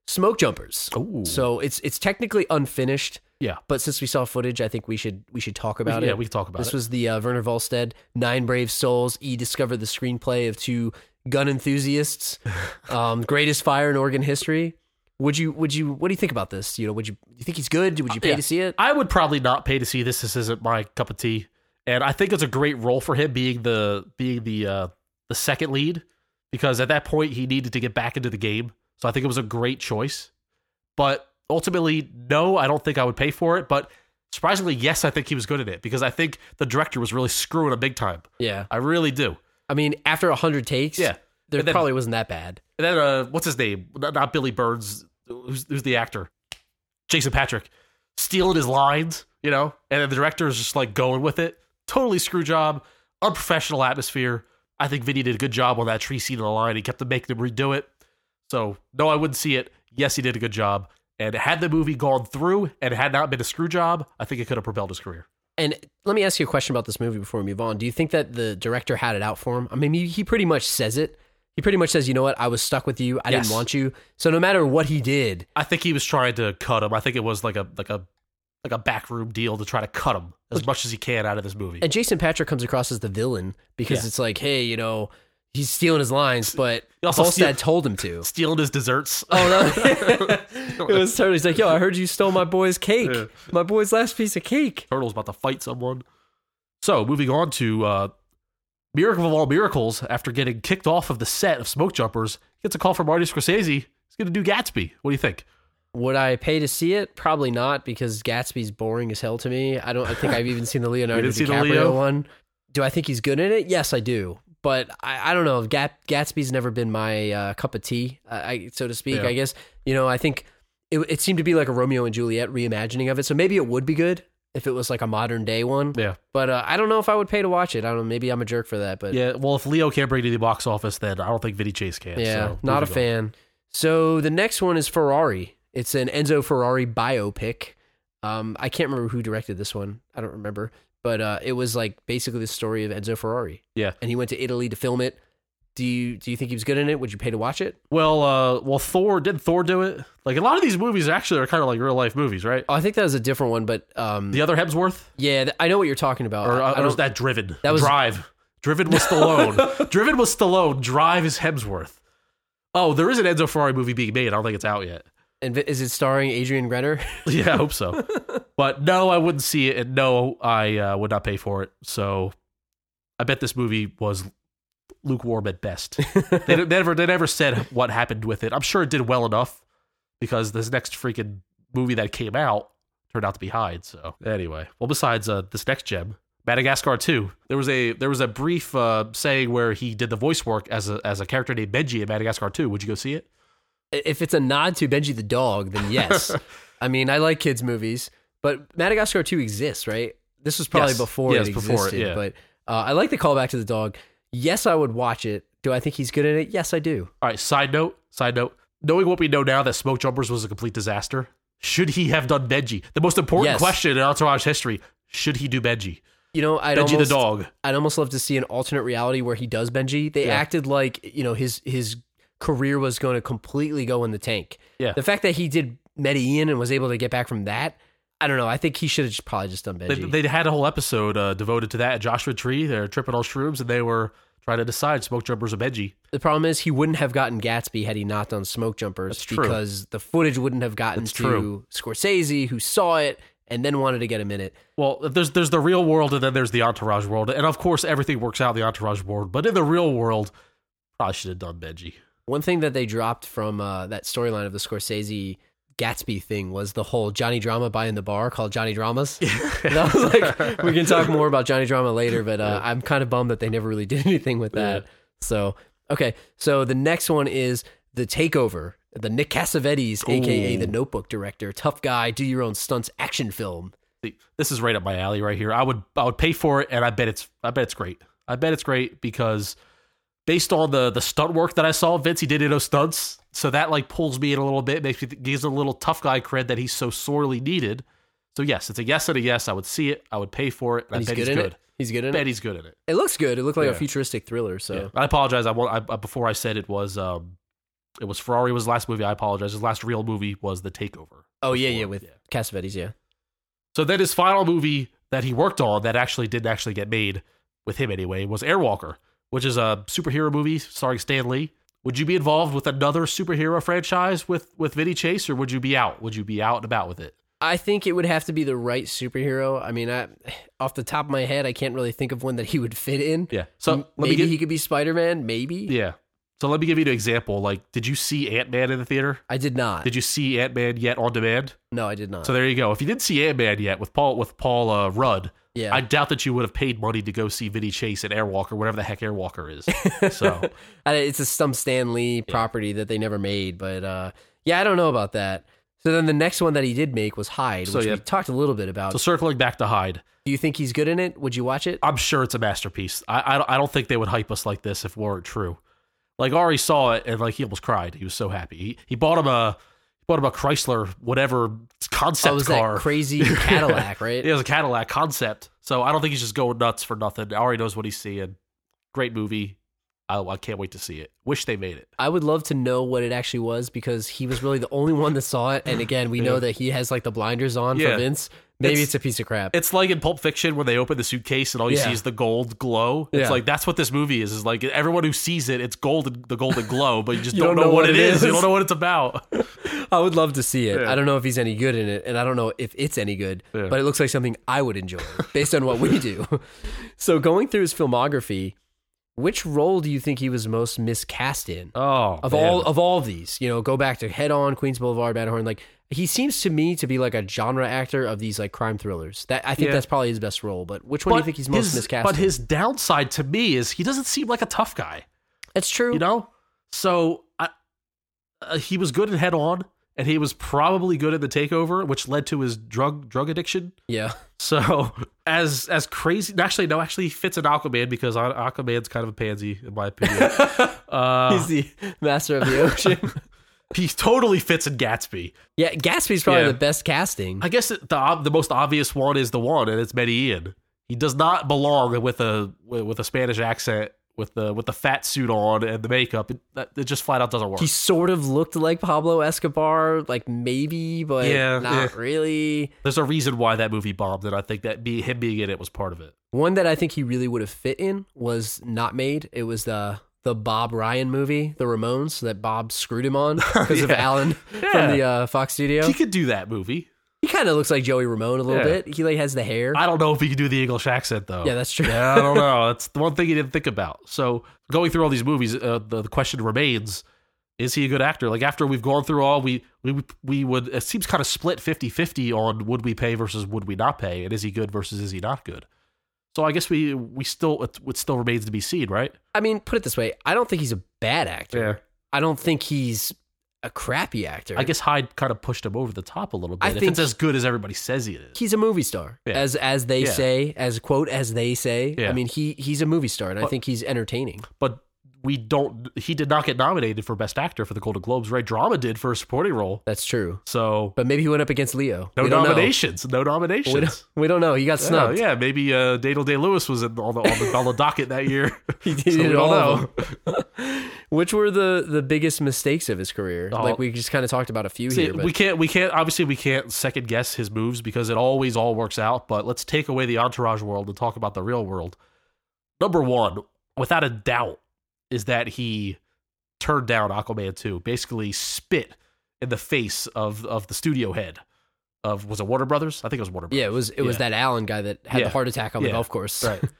E: smoke jumpers.
F: Ooh.
E: So it's it's technically unfinished,
F: yeah,
E: but since we saw footage, I think we should we should talk about
F: yeah,
E: it.
F: we can talk about
E: this
F: it.
E: was the uh, Werner Volstead Nine Brave Souls. E discovered the screenplay of two gun enthusiasts. Um, greatest fire in Oregon history. Would you? Would you? What do you think about this? You know, would you? You think he's good? Would you pay
F: Uh, Yeah.
E: to see it?
F: I would probably not pay to see this. This isn't my cup of tea, and I think it's a great role for him being the being the uh, the second lead because at that point he needed to get back into the game. So I think it was a great choice, but ultimately, no, I don't think I would pay for it. But surprisingly, yes, I think he was good at it because I think the director was really screwing him big time.
E: Yeah.
F: I really do.
E: I mean, after hundred takes,
F: Yeah.
E: there
F: And then-
E: probably wasn't that bad.
F: And then uh, what's his name? Not, not Billy Burns. Who's, who's the actor? Jason Patrick stealing his lines, you know. And then the director is just like going with it. Totally screw job. Unprofessional atmosphere. I think Vinny did a good job on that tree scene in the line. He kept making them redo it. So no, I wouldn't see it. Yes, he did a good job. And had the movie gone through and had not been a screw job, I think it could have propelled his career.
E: And let me ask you a question about this movie before we move on. Do you think that the director had it out for him? I mean, he, he pretty much says it. He pretty much says, you know what? I was stuck with you. I
F: Yes.
E: didn't want you. So no matter what he did,
F: I think he was trying to cut him. I think it was like a like a like a backroom deal to try to cut him as much as he can out of this movie.
E: and Jason Patrick comes across as the villain because
F: Yeah.
E: it's like, hey, you know, he's stealing his lines, but
F: He also
E: Volstad
F: steal-
E: told him to.
F: stealing his desserts.
E: Oh no! it was totally. He's like, yo, I heard you stole my boy's cake,
F: Yeah.
E: my boy's last piece of cake.
F: Turtle's about to fight someone. So moving on to uh, Miracle of All Miracles, after getting kicked off of the set of Smoke Jumpers, gets a call from Marty Scorsese. He's going to do Gatsby. What do you think?
E: Would I pay to see it? Probably not because Gatsby's boring as hell to me. I don't I think I've even seen the Leonardo
F: didn't see the
E: DiCaprio
F: Leo?
E: one. Do I think he's good in it? Yes, I do. But I, I don't know. Gat, Gatsby's never been my uh, cup of tea, I, I, so to speak.
F: Yeah.
E: I guess you know. I think it, it seemed to be like a Romeo and Juliet reimagining of it. So maybe it would be good if it was like a modern day one.
F: Yeah.
E: But uh, I don't know if I would pay to watch it. I don't know. Maybe I'm a jerk for that. But
F: Yeah. Well, if Leo can't bring it to the box office, then I don't think Vinny Chase can.
E: yeah,
F: so
E: not a
F: moving on.
E: fan. So the next one is Ferrari. It's an Enzo Ferrari biopic. Um, I can't remember who directed this one. I don't remember, but uh, it was like basically the story of Enzo Ferrari.
F: Yeah.
E: and he went to Italy to film it. Do you do you think he was good in it? Would you pay to watch it?
F: Well, uh, well, Thor did Thor do it? Like a lot of these movies actually are kind of like real life movies, right?
E: Oh, I think that was a different one, but um,
F: The other Hemsworth,
E: yeah, th- I know what you're talking about.
F: or,
E: I, I
F: uh, or was
E: don't-
F: that Driven?
E: That was-
F: Drive. Driven was Stallone. Driven was Stallone. Drive is Hemsworth. Oh, there is an Enzo Ferrari movie being made. I don't think it's out yet.
E: and vi- is it starring Adrian Renner?
F: Yeah, I hope so. but no, I wouldn't see it, and no, I uh, would not pay for it. So, I bet this movie was lukewarm at best. they, d- they never, they never said what happened with it. I'm sure it did well enough because this next freaking movie that came out turned out to be Hyde. So anyway, well, besides uh, this next gem, Madagascar 2, there was a there was a brief uh, saying where he did the voice work as a as a character named Benji in Madagascar 2. Would you go see it?
E: if it's a nod to Benji the dog, then yes. I mean, I like kids movies, but Madagascar 2 exists, right? This was probably
F: Yes.
E: before
F: Yes,
E: it
F: before it,
E: existed,
F: yeah.
E: but uh, I like the callback to the dog. Yes, I would watch it. Do I think he's good in it? Yes, I do.
F: All right, side note, side note. Knowing what we know now that Smoke Jumpers was a complete disaster, should he have done Benji? The most important
E: Yes.
F: question in Entourage history, should he do Benji?
E: You know, I'd
F: Benji
E: almost,
F: the dog.
E: I'd almost love to see an alternate reality where he does Benji. They
F: Yeah.
E: acted like you know his his career was going to completely go in the tank.
F: Yeah.
E: the fact that he did Medellin and was able to get back from that, I don't know. I think he should have just probably just done
F: They,
E: Benji.
F: they had a whole episode uh, devoted to that. at Joshua Tree, they're tripping on shrooms, and they were trying to decide smoke jumpers or Benji.
E: the problem is he wouldn't have gotten Gatsby had he not done Smoke Jumpers
F: That's true.
E: because the footage wouldn't have gotten
F: That's
E: to
F: true.
E: Scorsese, who saw it and then wanted to get him in it.
F: Well, there's there's the real world, and then there's the entourage world, and of course everything works out in the entourage world. But in the real world, probably should have done Benji.
E: One thing that they dropped from uh, that storyline of the Scorsese Gatsby thing was the whole Johnny Drama buying the bar called Johnny Dramas. and I was like, we can talk more about Johnny Drama later, but uh, I'm kind of bummed that they never really did anything with that. So, okay. So the next one is The Takeover, the Nick Cassavetes, aka the Notebook director, tough guy, do your own stunts action film.
F: See, This is right up my alley right here. I would I would pay for it, and I bet it's I bet it's great. I bet it's great because based on the the stunt work that I saw, Vince he did no stunts, so that like pulls me in a little bit, makes me th- gives a little tough guy cred that he's so sorely needed. So yes, it's a yes and a yes. I would see it. I would pay for it.
E: And
F: And I
E: he's
F: bet
E: good
F: he's
E: in
F: good.
E: it. He's good in
F: I bet
E: it.
F: he's good in it.
E: It looks good. It looked like
F: Yeah.
E: a futuristic thriller. So
F: Yeah. I apologize. I, wa- I before I said it was um, it was Ferrari was his last movie. I apologize. His last real movie was The Takeover.
E: oh yeah,
F: Before,
E: yeah, with Cassavetes, yeah.
F: So then his final movie that he worked on that actually didn't actually get made with him anyway was Airwalker, which is a superhero movie starring Stan Lee. Would you be involved with another superhero franchise with with Vinny Chase, or would you be out? Would you be out and about with it?
E: I think it would have to be the right superhero. I mean, I, off the top of my head, I can't really think of one that he would fit in.
F: Yeah. So
E: M-
F: let
E: maybe
F: me get
E: he could be Spider Man. Maybe.
F: yeah. So let me give you an example. Like, did you see Ant Man in the theater?
E: I did not.
F: Did you see Ant Man yet on demand?
E: no, I did not.
F: So there you go. If you didn't see Ant Man yet with Paul with Paul uh, Rudd,
E: yeah.
F: I doubt that you would have paid money to go see Vinny Chase and Airwalker, whatever the heck Airwalker is. So
E: I, it's a some Stan Lee property that they never made, but uh, yeah, I don't know about that. So then the next one that he did make was Hyde,
F: So,
E: which
F: yeah.
E: we talked a little bit about.
F: so circling back to Hyde,
E: Do you think he's good in it? Would you watch it?
F: I'm sure it's a masterpiece. I, I don't- I don't think they would hype us like this if it weren't true. Like Ari saw it and like he almost cried. He was so happy. He he bought him a he bought him a Chrysler whatever concept
E: oh, it was
F: car.
E: that crazy Cadillac, right?
F: It was a Cadillac concept. So I don't think he's just going nuts for nothing. Ari knows what he's seeing. Great movie. I, I can't wait to see it. Wish they made it.
E: I would love to know what it actually was because he was really the only one that saw it. And again, we know that he has like the blinders on
F: Yeah.
E: for Vince. Maybe
F: It's-
E: it's, a piece of crap.
F: It's like in Pulp Fiction when they open the suitcase and all you
E: Yeah.
F: see is the gold glow. It's
E: Yeah.
F: like that's what this movie is. Is like everyone who sees it, it's golden, the golden glow, but you just don't, know, what, it is. You don't know what it's about.
E: I would love to see it.
F: Yeah.
E: I don't know if he's any good in it, and I don't know if it's any good,
F: Yeah.
E: but it looks like something I would enjoy based on what we do. so, going through his filmography, which role do you think he was most miscast in?
F: Oh,
E: of all of all these, you know, go back to Head On, Queens Boulevard, Matterhorn. Like he seems to me to be like a genre actor of these like crime thrillers. That I think
F: Yeah.
E: that's probably his best role. But which one do you think he's most
F: his,
E: miscast?
F: But
E: in?
F: his downside to me is he doesn't seem like a tough guy.
E: That's true.
F: You know, so I, uh, he was good at head on, and he was probably good at the takeover, which led to his drug drug addiction.
E: yeah.
F: So as as crazy, actually no, actually he fits an Aquaman because Aqu- Aquaman's kind of a pansy in my opinion. uh,
E: He's the master of the ocean.
F: he totally fits in Gatsby.
E: yeah, Gatsby's probably
F: Yeah.
E: the best casting.
F: I guess it, the ob- the most obvious one is the one, and it's Medellin. He does not belong with a with with a Spanish accent, with the with the fat suit on and the makeup. It, that- it just flat out doesn't work.
E: he sort of looked like Pablo Escobar, like maybe, but
F: Yeah,
E: not
F: yeah.
E: really.
F: There's a reason why that movie bombed, and I think that be, him being in it was part of it.
E: One that I think he really would have fit in was not made. It was the the Bob Ryan movie, The Ramones, that Bob screwed him on because of
F: Yeah.
E: Alan
F: Yeah.
E: from the uh, Fox studio.
F: He
E: He,
F: could do that movie.
E: kind of looks like Joey Ramone a little
F: Yeah.
E: bit. He like has the hair.
F: I don't know if he could do the English accent though.
E: yeah, that's true.
F: I don't know. That's the one thing he didn't think about. So going through all these movies, uh, the, the question remains: Is he a good actor? Like after we've gone through all, we we we would it seems kind of split 50-50 on would we pay versus would we not pay, and is he good versus is he not good? So I guess we we still it, it still remains to be seen, right?
E: I mean, put it this way, I don't think he's a bad actor. I don't think he's a crappy actor.
F: I guess Hyde kind of pushed him over the top a little bit.
E: I
F: if
E: think-
F: it's as good as everybody says he is,
E: he's a movie star,
F: Yeah.
E: as as they
F: Yeah.
E: say, as quote as they say.
F: Yeah.
E: I mean, he he's a movie star, and I
F: But-
E: think he's entertaining.
F: but we don't. He did not get nominated for Best Actor for the Golden Globes, right? Drama did for a supporting role.
E: That's true.
F: So
E: But maybe he went up against Leo.
F: no
E: We don't know.
F: nominations. No nominations.
E: We don't, we don't know. He got
F: No,
E: snubbed.
F: yeah, maybe uh, Daniel Day Lewis was in, on the on the, on the docket that year.
E: He did
F: So we
E: it
F: don't
E: all. Which were the the biggest mistakes of his career?
F: Oh.
E: Like we just kind of talked about a few
F: See,
E: here, but
F: we can't we can't obviously we can't second guess his moves because it always all works out, but let's take away the entourage world and talk about the real world. Number 1, without a doubt, is that he turned down Aquaman 2, basically spit in the face of of the studio head of was it Warner Brothers? I think it was Warner Brothers.
E: yeah, it was it was
F: Yeah.
E: that Allen guy that had
F: Yeah.
E: the heart attack on the
F: Yeah.
E: golf course.
F: Right.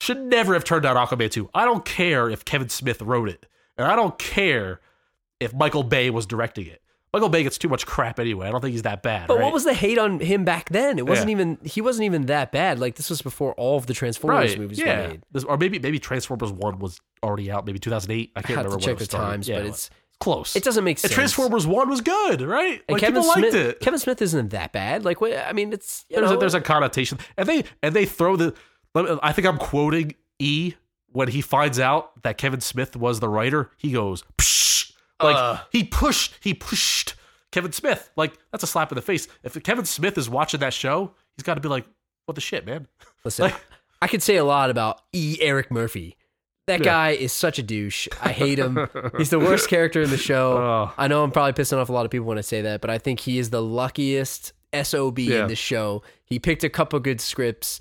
F: Should never have turned down Aquaman 2. I don't care if Kevin Smith wrote it. And I don't care if Michael Bay was directing it. Michael Bay gets too much crap anyway. I don't think he's that bad.
E: But
F: right?
E: what was the hate on him back then? It wasn't
F: Yeah.
E: even he wasn't even that bad. Like this was before all of the Transformers
F: right?
E: movies
F: yeah.
E: were made.
F: This- or maybe maybe Transformers 1 was already out, maybe 2008. I
E: I
F: can't
E: have
F: remember
E: to
F: when
E: check
F: it was
E: the
F: started.
E: times,
F: Yeah,
E: but
F: it
E: it's
F: was close.
E: it doesn't make
F: And
E: sense.
F: Transformers 1 was good, right?
E: and
F: like
E: Kevin
F: people
E: Smith.
F: liked it.
E: Kevin Smith isn't that bad. Like wh- I mean, it's you
F: there's
E: know,
F: a, there's a connotation, and they and they throw the. let me- I think I'm quoting E when he finds out that Kevin Smith was the writer. He goes, Psh! like
E: Uh.
F: he pushed, he pushed Kevin Smith. Like that's a slap in the face. If Kevin Smith is watching that show, he's got to be like, what the shit, man?
E: listen.
F: like-
E: I could say a lot about E. Eric Murphy. That guy is such a douche. I hate him. He's the worst character in the show.
F: Oh.
E: I know I'm probably pissing off a lot of people when I say that, but I think he is the luckiest SOB
F: Yeah.
E: in the show. He picked a couple good scripts,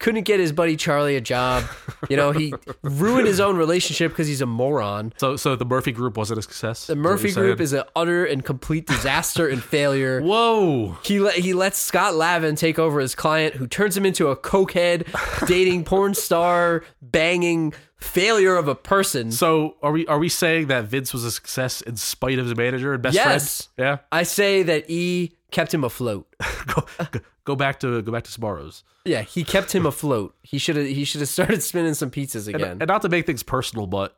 E: couldn't get his buddy Charlie a job. You know, he ruined his own relationship because he's a moron.
F: So so the Murphy Group wasn't a success.
E: The Murphy group is an utter and complete disaster and failure.
F: whoa.
E: He let, he lets Scott Lavin take over his client, who turns him into a cokehead, dating porn star, banging failure of a person.
F: So are we are we saying that Vince was a success in spite of his manager and best
E: Yes.
F: friend? Yeah.
E: I say that E kept him afloat.
F: go, go- go back to go back to Sbarro's.
E: Yeah, he kept him afloat. He should have he should have started spinning some pizzas
F: And,
E: again.
F: and not to make things personal, but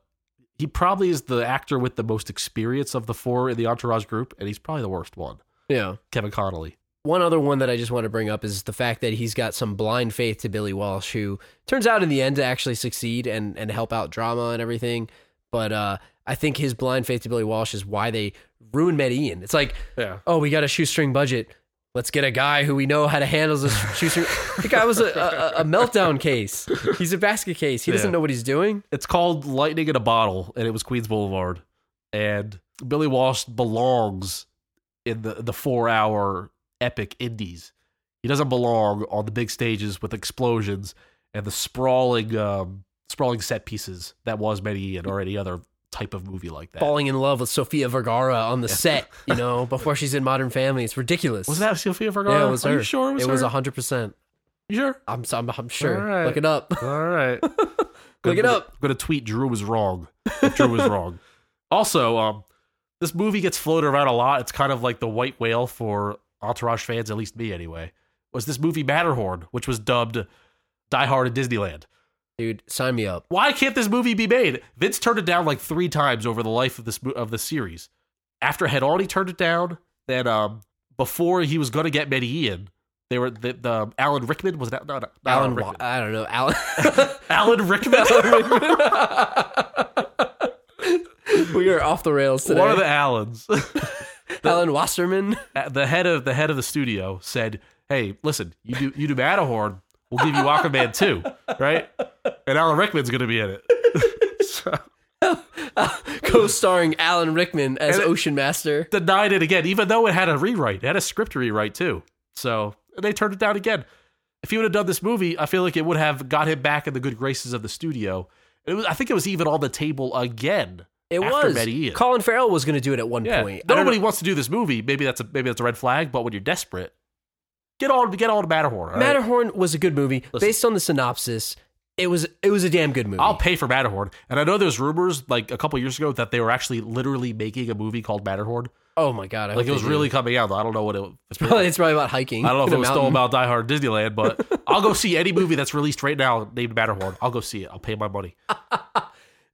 F: he probably is the actor with the most experience of the four in the entourage group, and he's probably the worst one.
E: yeah.
F: Kevin Connolly.
E: One other one that I just want to bring up is the fact that he's got some blind faith to Billy Walsh, who turns out in the end to actually succeed and, and help out drama and everything. But uh, I think his blind faith to Billy Walsh is why they ruined Med Ian. It's like,
F: Yeah.
E: oh, we got a shoestring budget. Let's get a guy who we know how to handle this shoestring. the guy was a, a, a meltdown case. He's a basket case. He doesn't
F: Yeah.
E: know what he's doing.
F: It's called Lightning in a Bottle, and it was Queens Boulevard. And Billy Walsh belongs in the the four hour epic indies. He doesn't belong on the big stages with explosions and the sprawling um, sprawling set pieces that was Medellin or any other type of movie like that.
E: Falling in love with Sofia Vergara on the set, you know, before she's in Modern Family. It's ridiculous.
F: Was that Sofia Vergara?
E: Yeah, it was
F: Are
E: her.
F: you sure it was
E: It
F: her?
E: was hundred percent.
F: You sure?
E: I'm, I'm, I'm sure.
F: All right.
E: Look it up.
F: All right.
E: Look it up.
F: I'm gonna tweet Drew was wrong. If Drew was wrong. Also, um, this movie gets floated around a lot. It's kind of like the white whale for Entourage fans, at least me anyway. Was this movie Matterhorn, which was dubbed Die Hard in Disneyland?
E: Dude, sign me up.
F: Why can't this movie be made? Vince turned it down like three times over the life of this mo- of the series. After had already turned it down, then um, before he was gonna get Medellin, they were the, the Alan Rickman was that no, no, not
E: Alan, Wa-
F: Rickman.
E: I don't know. Alan,
F: Alan Rickman.
E: we are off the rails today.
F: One of the Allens,
E: Alan Wasserman.
F: the head of the head of the studio, said, "Hey, listen, you do you do Matterhorn, we'll give you Aquaman too, right? And Alan Rickman's going to be in it."
E: co-starring Alan Rickman as
F: And it-
E: Ocean Master.
F: Denied it again, even though it had a rewrite, it had a script rewrite too. So and they turned it down again. If he would have done this movie, I feel like it would have got him back in the good graces of the studio. It was, I think it was even on the table again.
E: It
F: after
E: was.
F: Medellin.
E: Colin Farrell was going to do it at one
F: Yeah.
E: point. I don't
F: Nobody
E: know-
F: wants to do this movie. Maybe that's a maybe that's a red flag. But when you're desperate, get on get on to Matterhorn. all right?
E: Matterhorn was a good movie based on the synopsis. It was it was a damn good movie.
F: I'll pay for Matterhorn. And I know there's rumors like a couple years ago that they were actually literally making a movie called Matterhorn.
E: oh my god! I
F: Like
E: hope
F: it was
E: they do.
F: really coming out. though. I don't know what it. It's
E: Probably- it's probably about hiking.
F: I don't know if
E: in
F: it
E: a
F: was still
E: mountain.
F: about Die Hard Disneyland, but I'll go see any movie that's released right now named Matterhorn. I'll go see it. I'll pay my money.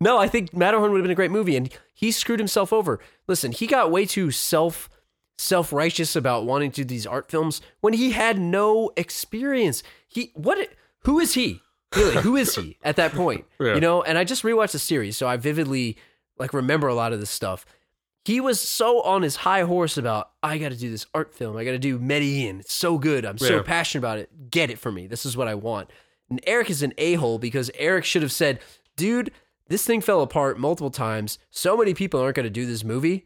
E: No, I think Matterhorn would have been a great movie, and he screwed himself over. Listen, he got way too self self righteous about wanting to do these art films when he had no experience. He what? Who is he? Really, who is he at that point?
F: Yeah.
E: You know. And I just rewatched the series, so I vividly like remember a lot of this stuff. He was so on his high horse about I got to do this art film. I got to do Medellin. It's so good. I'm so
F: Yeah.
E: passionate about it. Get it for me. This is what I want. And Eric is an a hole because Eric should have said, dude, This thing fell apart multiple times. So many people aren't going to do this movie.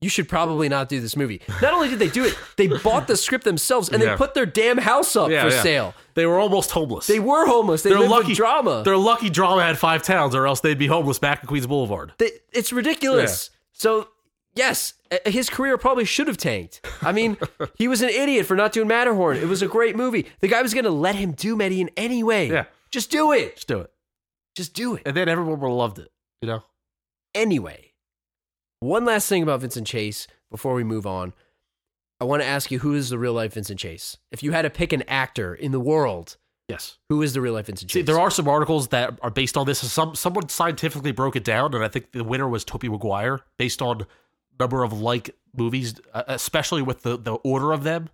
E: You should probably not do this movie. Not only did they do it, they bought the script themselves and
F: Yeah.
E: they put their damn house up
F: Yeah,
E: for
F: yeah.
E: sale.
F: They were almost homeless.
E: They were homeless. They
F: They're
E: lived
F: lucky
E: with drama.
F: They're lucky drama had five towns, or else they'd be homeless back at Queens Boulevard.
E: Th- it's ridiculous. So yes, uh, his career probably should have tanked. I mean, he was an idiot for not doing Matterhorn. It was a great movie. The guy was going to let him do Medellin anyway.
F: Yeah.
E: just do it.
F: Just do it,
E: Just do it
F: and then everyone would have loved it. You know,
E: anyway. One last thing about Vincent Chase before we move on. I want to ask you who is the real life Vincent Chase? If you had to pick an actor in the world,
F: yes.
E: who is the real life Vincent
F: See,
E: Chase?
F: there are some articles that are based on this. Some someone scientifically broke it down, and I think the winner was Toby Maguire, based on number of like movies, uh, especially with the the order of them.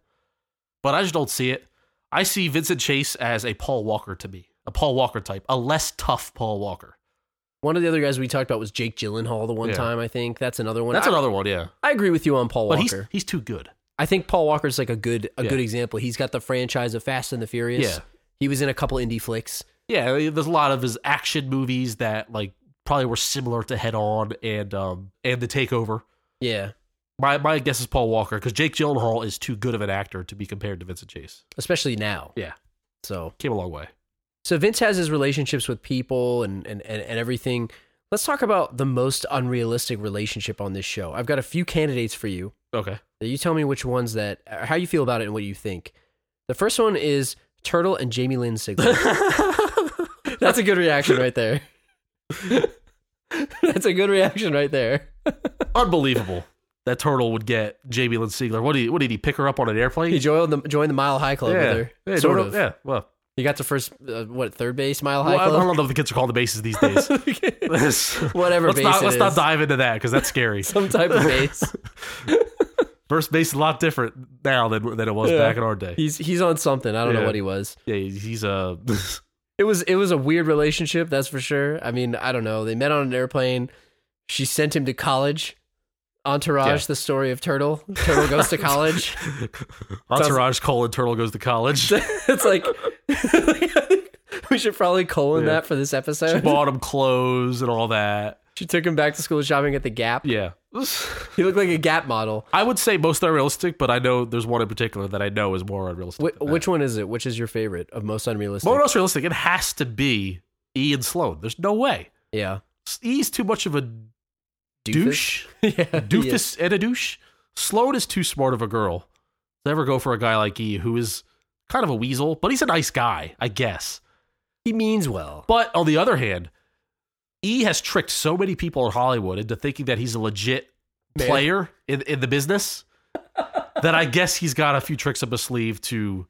F: But I just don't see it. I see Vincent Chase as a Paul Walker to me, a Paul Walker type, a less tough Paul Walker.
E: one of the other guys we talked about was Jake Gyllenhaal the one
F: Yeah.
E: time I think. That's another one.
F: That's
E: I,
F: another one, yeah.
E: I agree with you on Paul
F: But
E: Walker.
F: he's he's too good.
E: I think Paul Walker's like a good a
F: Yeah.
E: good example. He's got the franchise of Fast and the Furious.
F: Yeah.
E: He was in a couple indie flicks.
F: yeah, there's a lot of his action movies that like probably were similar to Head On and um and The Takeover.
E: Yeah.
F: My my guess is Paul Walker because Jake Gyllenhaal is too good of an actor to be compared to Vincent Chase.
E: Especially now.
F: Yeah.
E: So
F: Came a long way.
E: so Vince has his relationships with people and and, and, and everything. Let's talk about the most unrealistic relationship on this show. I've got a few candidates for you.
F: Okay.
E: You tell me which ones that how you feel about it and what you think. The first one is Turtle and Jamie Lynn Sigler. That's a good reaction right there. That's a good reaction right there.
F: Unbelievable that Turtle would get Jamie Lynn Siegler. What did he, what did he pick her up on an airplane?
E: He joined the joined the Mile High Club
F: yeah.
E: with her.
F: Yeah,
E: sort
F: Turtle-
E: of.
F: yeah. Well,
E: He got to first uh, what third base Mile High
F: well, I, I
E: Club.
F: don't know if the kids are called the bases these days. let's
E: Whatever
F: let's
E: base
F: not
E: it
F: let's not
E: is.
F: dive into that because that's scary.
E: Some type of base.
F: First base is a lot different now than than it was
E: Yeah.
F: back in our day.
E: he's he's on something. I don't know
F: Yeah.
E: what he was.
F: Yeah, he's a uh,
E: It was it was a weird relationship, that's for sure. I mean, I don't know. They met on an airplane. She sent him to college. Entourage,
F: Yeah.
E: the story of Turtle. Turtle goes to college.
F: entourage. Colon Turtle goes to college.
E: it's like we should probably colon
F: Yeah.
E: that for this episode.
F: bought him clothes and all that.
E: She took him back to school shopping at the Gap.
F: Yeah.
E: He looked like a Gap model.
F: I would say most are realistic, but I know there's one in particular that I know is more unrealistic.
E: Wh-
F: than that.
E: which one is it? Which is your favorite of most unrealistic?
F: more most realistic? It has to be Ian Sloan. There's no way.
E: yeah.
F: He's too much of a douche,
E: yeah. Doofus.
F: doofus, and a douche. Sloan is too smart of a girl to ever go for a guy like E, who is kind of a weasel, but he's a nice guy, I guess.
E: He means well.
F: But on the other hand, E has tricked so many people in Hollywood into thinking that he's a legit
E: Man.
F: player in, in the business that I guess he's got a few tricks up his sleeve to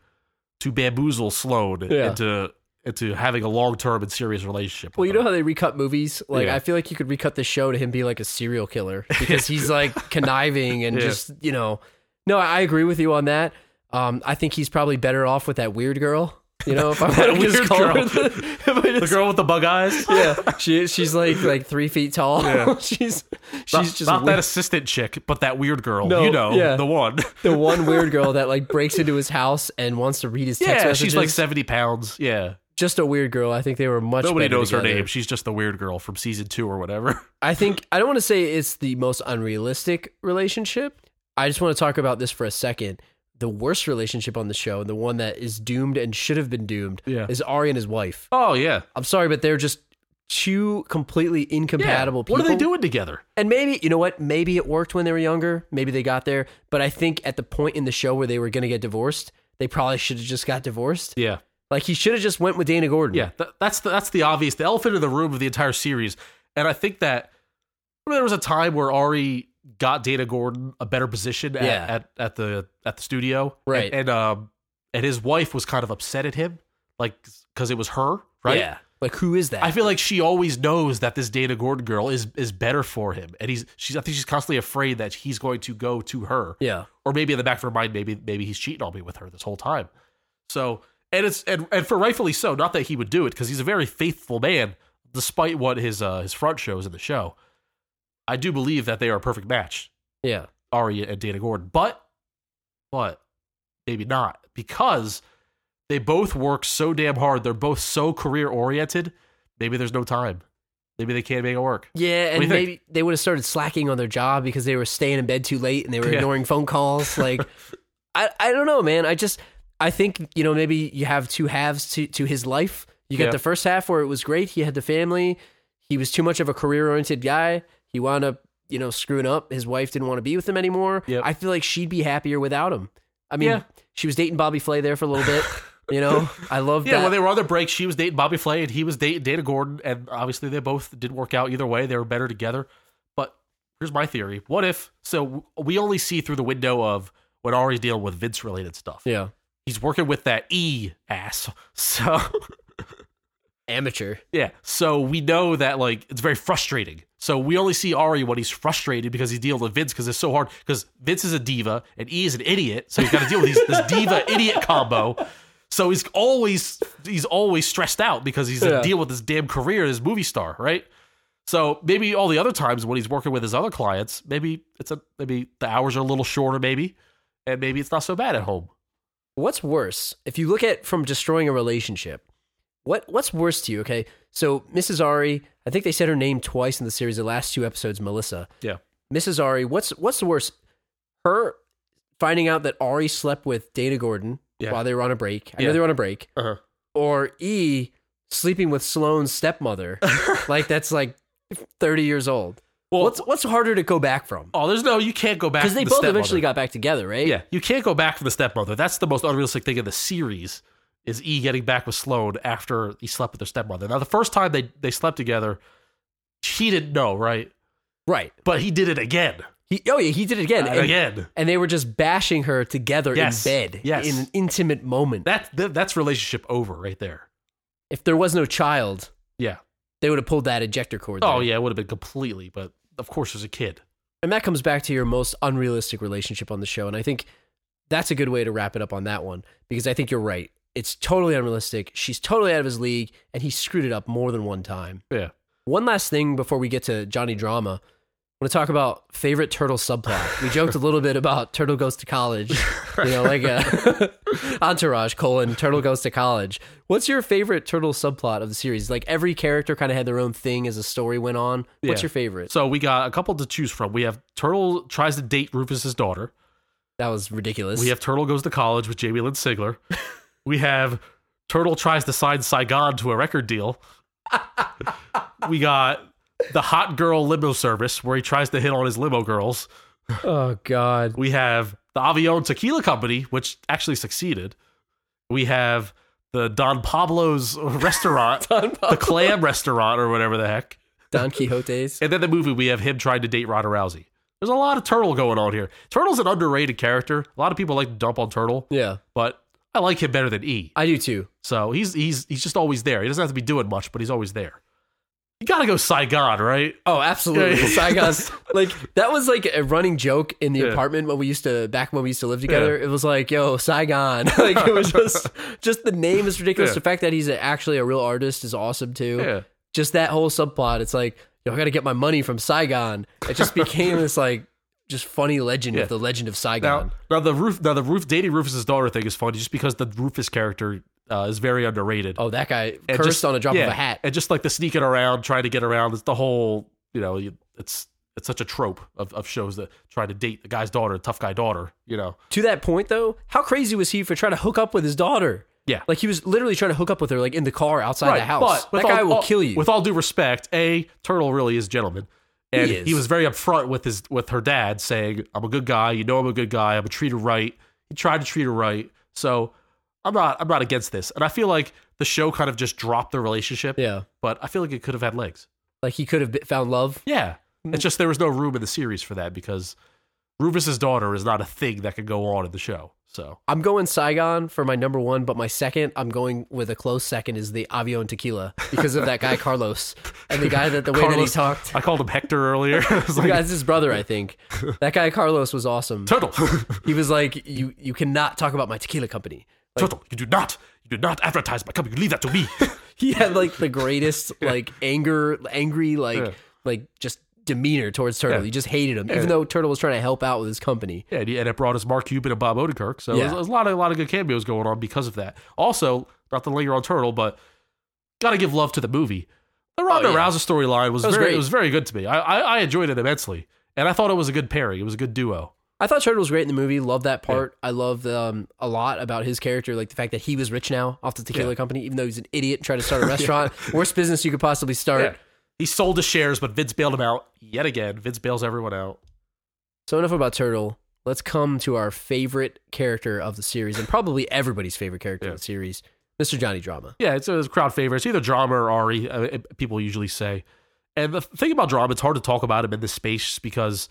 F: to bamboozle Sloan
E: Yeah.
F: into into having a long term and serious relationship.
E: Well,
F: with
E: you know
F: her.
E: how they recut movies? Like,
F: Yeah.
E: I feel like you could recut the show to him being like a serial killer because he's like conniving and
F: Yeah.
E: just, you know. No, I agree with you on that. Um, I think he's probably better off with that weird girl. You know, if I
F: That
E: want to just
F: weird
E: call her
F: girl.
E: the, if I
F: the
E: just-
F: girl with the bug eyes.
E: Yeah, she she's like like three feet tall.
F: Yeah.
E: she's she's
F: Not,
E: just
F: not
E: weird.
F: that assistant chick, but that weird girl.
E: No,
F: you know,
E: yeah.
F: the one.
E: the one weird girl that like breaks into his house and wants to read his text
F: yeah,
E: messages.
F: she's like seventy pounds. Yeah,
E: just a weird girl. I think they were much.
F: nobody
E: better
F: knows her
E: together.
F: name. She's just the weird girl from season two or whatever.
E: I think I don't want to say it's the most unrealistic relationship. I just want to talk about this for a second. The worst relationship on the show, the one that is doomed and should have been doomed,
F: Yeah.
E: is Ari and his wife.
F: Oh yeah,
E: I'm sorry, but they're just two completely incompatible
F: Yeah.
E: people.
F: What are they doing together?
E: And maybe you know what? Maybe it worked when they were younger. Maybe they got there. But I think at the point in the show where they were going to get divorced, they probably should have just got divorced.
F: Yeah,
E: Like he should have just went with Dana Gordon.
F: Yeah, tha- that's the, that's the obvious, the elephant in the room of the entire series. And I think that I mean, there was a time where Ari got Dana Gordon a better position at,
E: Yeah.
F: at, at the at the studio,
E: Right.
F: And, and um, and his wife was kind of upset at him, like because it was her, right?
E: Yeah. Like who is that?
F: I feel like she always knows that this Dana Gordon girl is is better for him, and he's she's I think she's constantly afraid that he's going to go to her,
E: yeah.
F: or maybe in the back of her mind, maybe maybe he's cheating on me with her this whole time. So, and it's and, and for rightfully so. Not that he would do it because he's a very faithful man, despite what his uh, his front shows in the show. I do believe that they are a perfect match,
E: Yeah.
F: Arya and Dana Gordon, but but maybe not because they both work so damn hard. They're both so career oriented. Maybe there's no time. Maybe they can't make it work.
E: Yeah,
F: What
E: and
F: do you think?
E: maybe they would have started slacking on their job because they were staying in bed too late and they were
F: Yeah.
E: ignoring phone calls. Like, I, I don't know, man. I just, I think you know, maybe you have two halves to to his life. You got
F: Yeah.
E: the first half where it was great. He had the family. He was too much of a career oriented guy. He wound up, you know, screwing up. His wife didn't want to be with him anymore.
F: Yep.
E: I feel like she'd be happier without him. I mean,
F: Yeah.
E: she was dating Bobby Flay there for a little bit. You know, I love
F: Yeah,
E: that.
F: when they were on their break, she was dating Bobby Flay and he was dating Dana Gordon, and obviously they both didn't work out either way. They were better together. But here's my theory: What if? So w- we only see through the window of when Ari's dealing with Vince related stuff.
E: yeah,
F: He's working with that E ass. So
E: amateur.
F: yeah, so we know that like it's very frustrating. So we only see Ari when he's frustrated because he's dealing with Vince because it's so hard because Vince is a diva and E is an idiot, so he's got to deal with these, this diva idiot combo. So he's always he's always stressed out because he's
E: Yeah.
F: dealing deal with this damn career, this movie star, right? So maybe all the other times when he's working with his other clients, maybe it's a maybe the hours are a little shorter, maybe, and maybe it's not so bad at home.
E: what's worse if you look at from destroying a relationship what what's worse to you okay so mrs ari i think they said her name twice in the series the last two episodes melissa
F: Yeah.
E: mrs ari what's what's worse her finding out that ari slept with dana gordon
F: Yeah.
E: while they were on a break i
F: Yeah.
E: know they were on a break
F: Uh-huh.
E: or e sleeping with sloane's stepmother like that's like 30 years old
F: Well,
E: what's what's harder to go back from
F: oh, there's no you can't go back
E: because they
F: to the
E: both eventually
F: stepmother.
E: got back together right
F: Yeah, you can't go back for the stepmother. That's the most unrealistic thing in the series is E getting back with Sloane after he slept with their stepmother. Now the first time they, they slept together, he didn't know, right?
E: right
F: But he did it again.
E: he, oh yeah he did it again
F: And
E: And-
F: again.
E: and they were just bashing her together
F: Yes.
E: in bed
F: Yes.
E: in an intimate moment.
F: That, that that's relationship over right there.
E: if there was no child,
F: Yeah.
E: they would have pulled that ejector cord.
F: Oh
E: there.
F: yeah, it would have been completely, but of course there's a kid.
E: And that comes back to your most unrealistic relationship on the show. And I think that's a good way to wrap it up on that one because I think you're right. It's totally unrealistic. She's totally out of his league, and he screwed it up more than one time.
F: Yeah.
E: One last thing before we get to Johnny Drama. I want to talk about favorite turtle subplot. We joked a little bit about turtle goes to college, you know, like a entourage colon turtle goes to college. What's your favorite turtle subplot of the series? Like every character kind of had their own thing as the story went on. What's
F: Yeah.
E: your favorite?
F: So we got a couple to choose from. We have Turtle tries to date Rufus's daughter.
E: That was ridiculous.
F: We have Turtle goes to college with Jamie Lynn Sigler. we have Turtle tries to sign Saigon to a record deal. we got the hot girl limo service where he tries to hit on his limo girls.
E: oh god.
F: We have the Avion Tequila Company, which actually succeeded. We have the Don Pablo's restaurant, the clam restaurant, or whatever the heck.
E: Don Quixote's.
F: And then the movie, we have him trying to date Ronda Rousey. There's a lot of Turtle going on here. Turtle's an underrated character. A lot of people like to dump on Turtle
E: Yeah,
F: but I like him better than E.
E: I do too.
F: So he's he's he's just always there. He doesn't have to be doing much, but he's always there. You gotta go Saigon, right?
E: Oh, absolutely.
F: Yeah, yeah.
E: Saigon's like that was like a running joke in the
F: Yeah.
E: apartment when we used to back when we used to live together. It was like, yo, Saigon. like it was just just the name is ridiculous.
F: Yeah.
E: The fact that he's a, actually a real artist is awesome too.
F: Yeah.
E: Just that whole subplot. It's like, yo, I got to get my money from Saigon. It just became this like just funny legend
F: Yeah.
E: of the legend of
F: Now,
E: Saigon.
F: now the roof now the roof dating Rufus's daughter thing is funny just because the Rufus character uh, is very underrated.
E: oh, that guy
F: And
E: cursed
F: just-
E: on a drop
F: yeah,
E: of a hat.
F: And just like the sneaking around, trying to get around. It's the whole you know, you- it's it's such a trope of, of shows that try to date the guy's daughter, tough guy daughter, you know.
E: To that point though, how crazy was he for trying to hook up with his daughter?
F: Yeah.
E: Like he was literally trying to hook up with her like in the car outside the house.
F: with
E: that guy
F: all-
E: will
F: all-
E: kill you.
F: With all due respect, a Turtle really is a gentleman, and
E: He
F: he,
E: is.
F: was very upfront with his with her dad, saying, "I'm a good guy. You know, I'm a good guy. I'm a treat her right." He tried to treat her right, so I'm not I'm not against this. And I feel like the show kind of just dropped the relationship.
E: Yeah.
F: but I feel like it could have had legs.
E: Like he could have been- found love.
F: Yeah, it's just there was no room in the series for that because Rufus's daughter is not a thing that could go on in the show. So
E: I'm going Saigon for my number one, but my second, I'm going with a close second is the Avion Tequila because of that guy Carlos and the guy that the way that he
F: Carlos-
E: talked.
F: I called him Hector earlier. It's like,
E: That's his brother, I think. That guy Carlos was awesome.
F: Turtle,
E: He was like, "You you cannot talk about my tequila company."
F: Turtle, you do not, you do not advertise my company. You leave that to me.
E: He had like the greatest like anger, angry like
F: Yeah.
E: like just demeanor towards Turtle.
F: Yeah.
E: He just hated him, even though Turtle was trying to help out with his company.
F: Yeah, and, and it brought us Mark Cuban and Bob Odenkirk. So
E: Yeah.
F: there's, there's a lot of a lot of good cameos going on because of that. Also, not the linger on Turtle, but gotta give love to the movie. The Ronda
E: Oh, yeah.
F: Rousey storyline was,
E: was
F: very
E: great.
F: it was very good to me. I, I I enjoyed it immensely, and I thought it was a good pairing. It was a good duo.
E: I thought Turtle was great in the movie. Love that part. I love um, a lot about his character, like the fact that he was rich now off the tequila company, even though he's an idiot and tried to start a restaurant. Worst business you could possibly start.
F: Yeah. He sold his shares, but Vince bailed him out yet again. Vince bails everyone out.
E: So enough about Turtle. Let's come to our favorite character of the series, and probably everybody's favorite character
F: Yeah.
E: of the series, Mr. Johnny Drama.
F: Yeah, it's a, it's a crowd favorite. It's either drama or Ari. Uh, it- people usually say. And the thing about drama, it's hard to talk about him in this space because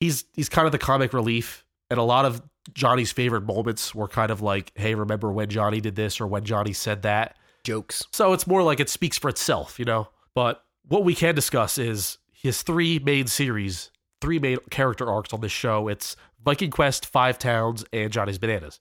F: he's he's kind of the comic relief, and a lot of Johnny's favorite moments were kind of like, "Hey, remember when Johnny did this or when Johnny said that."
E: Jokes.
F: So it's more like it speaks for itself, you know? But what we can discuss is his three main series, three main character arcs on this show. It's Viking Quest, Five Towns, and Johnny's Bananas.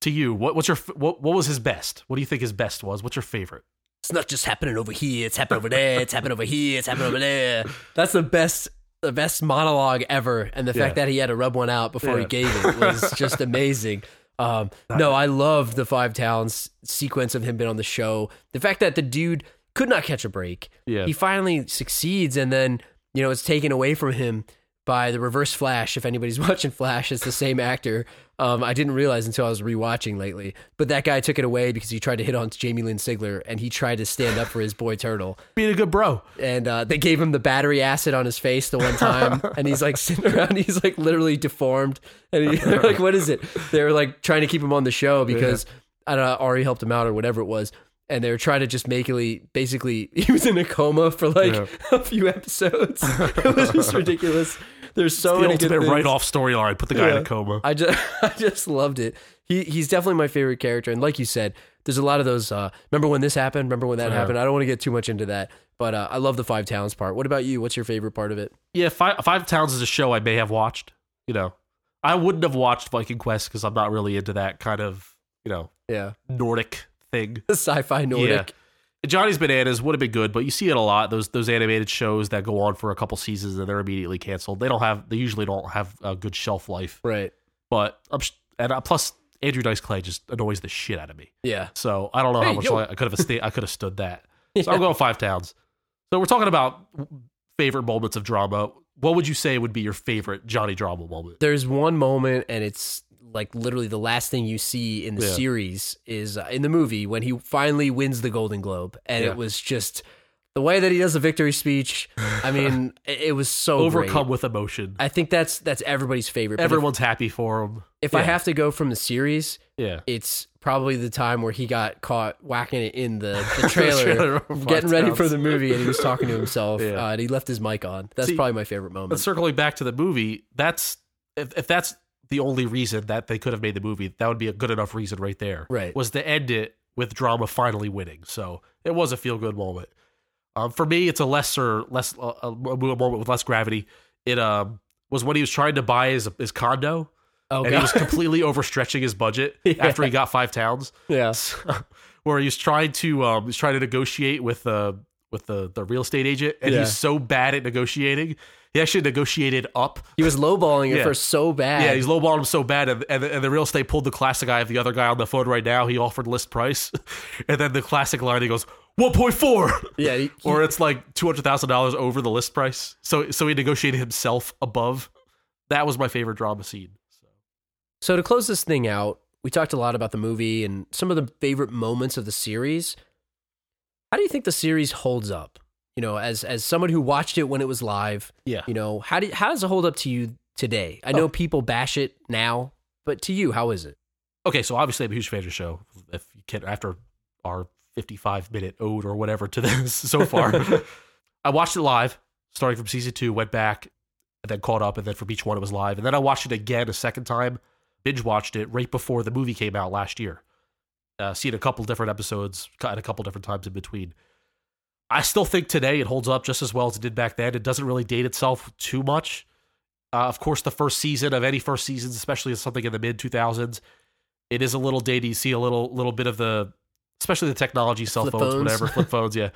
F: To you, what, what's your f- what, what was his best? What do you think his best was? What's your favorite?
E: It's not just happening over here. It's happening over there. It's happening over here. It's happening over there. That's the best, the best monologue ever. And the fact
F: Yeah.
E: that he had to rub one out before he
F: Yeah.
E: gave it was just amazing. Um, no, I love the Five Towns sequence of him being on the show. The fact that the dude could not catch a break.
F: Yeah.
E: He finally succeeds, and then you know it's taken away from him by the Reverse Flash. If anybody's watching Flash, it's the same actor. Um, I didn't realize until I was rewatching lately, but that guy took it away because he tried to hit on Jamie Lynn Sigler, and he tried to stand up for his boy Turtle
F: Being a good bro.
E: and uh, they gave him the battery acid on his face the one time, and he's like sitting around, he's like literally deformed, and he, they're like, "What is it?" They were like trying to keep him on the show because I don't know, Ari helped him out or whatever it was, and they were trying to just make it basically he was in a coma for like
F: Yeah.
E: a few episodes. it was just ridiculous. There's so
F: The
E: many good
F: ultimate
E: things.
F: write off storyline. Put the guy in a
E: Yeah.
F: coma.
E: I just I just loved it. He he's definitely my favorite character, and like you said, there's a lot of those. Uh, remember when this happened? Remember when that
F: Uh-huh.
E: happened? I don't want to get too much into that, but uh, I love the five towns part. What about you? What's your favorite part of it?
F: yeah, Five, Five Towns is a show I may have watched. You know, I wouldn't have watched Viking Quest because I'm not really into that kind of, you know,
E: Yeah,
F: Nordic thing.
E: the sci-fi Nordic.
F: Johnny's Bananas would have been good, but you see it a lot. Those those animated shows that go on for a couple seasons and they're immediately canceled. They don't have they usually don't have a good shelf life.
E: Right.
F: But I'm sh- and uh, plus Andrew Dice Clay just annoys the shit out of me.
E: Yeah.
F: So I don't know how
E: Hey,
F: much
E: yo.
F: li- I could have sta- I could have stood that. So I'll go Five Towns. So we're talking about favorite moments of drama. What would you say would be your favorite Johnny drama moment?
E: There's one moment, and it's like literally the last thing you see in the
F: Yeah.
E: series is uh, in the movie when he finally wins the Golden Globe, and
F: Yeah.
E: it was just the way that he does the victory speech. I mean, it, it was so great.
F: Overcome with emotion.
E: I think that's that's everybody's favorite. but if-
F: Everyone's happy for him.
E: if
F: yeah.
E: I have to go from the series,
F: yeah.
E: it's probably the time where he got caught whacking it in the, the trailer,
F: trailer of Five
E: getting ready for
F: Towns.
E: the movie, and he was talking to himself,
F: Yeah.
E: uh, and he left his mic on. That's
F: See,
E: probably my favorite moment.
F: But circling back to the movie, that's if, if that's the only reason that they could have made the movie, that would be a good enough reason right there.
E: Right.
F: Was to end it with drama finally winning. So it was a feel good moment. Um, for me, it's a lesser, less uh, a moment with less gravity. It um, was when he was trying to buy his his condo,
E: oh
F: and he was completely overstretching his budget after he got five towns.
E: yeah,
F: where he was trying to um, he was trying to negotiate with the with the the real estate agent, and
E: Yeah.
F: he's so bad at negotiating. He actually negotiated up.
E: he was lowballing it
F: Yeah.
E: for so bad.
F: Yeah, he's lowballed him so bad, and, and, the, and the real estate pulled the classic eye of the other guy on the phone right now. He offered list price, and then the classic line he goes one point four,
E: yeah, he-
F: or it's like two hundred thousand dollars over the list price. So so he negotiated himself above. That was my favorite drama scene.
E: So to close this thing out, we talked a lot about the movie and some of the favorite moments of the series. How do you think the series holds up? You know, as as someone who watched it when it was live,
F: Yeah.
E: you know, how do how does it hold up to you today? I know people bash it now, but to you, how is it?
F: okay, so obviously I'm a huge fan of the show. If you can, after our 55 minute ode or whatever to this so far, I watched it live, starting from season two, went back, and then caught up, and then from each one it was live, and then I watched it again a second time, binge watched it right before the movie came out last year. Uh, seen a couple different episodes, cut a couple different times in between. I still think today it holds up just as well as it did back then. It doesn't really date itself too much. Uh, of course, the first season of any first seasons, especially something in the mid 2000s, it is a little dated. You see a little little bit of the, especially the technology, cell
E: Flip
F: phones,
E: phones.
F: whatever, flip phones, yeah.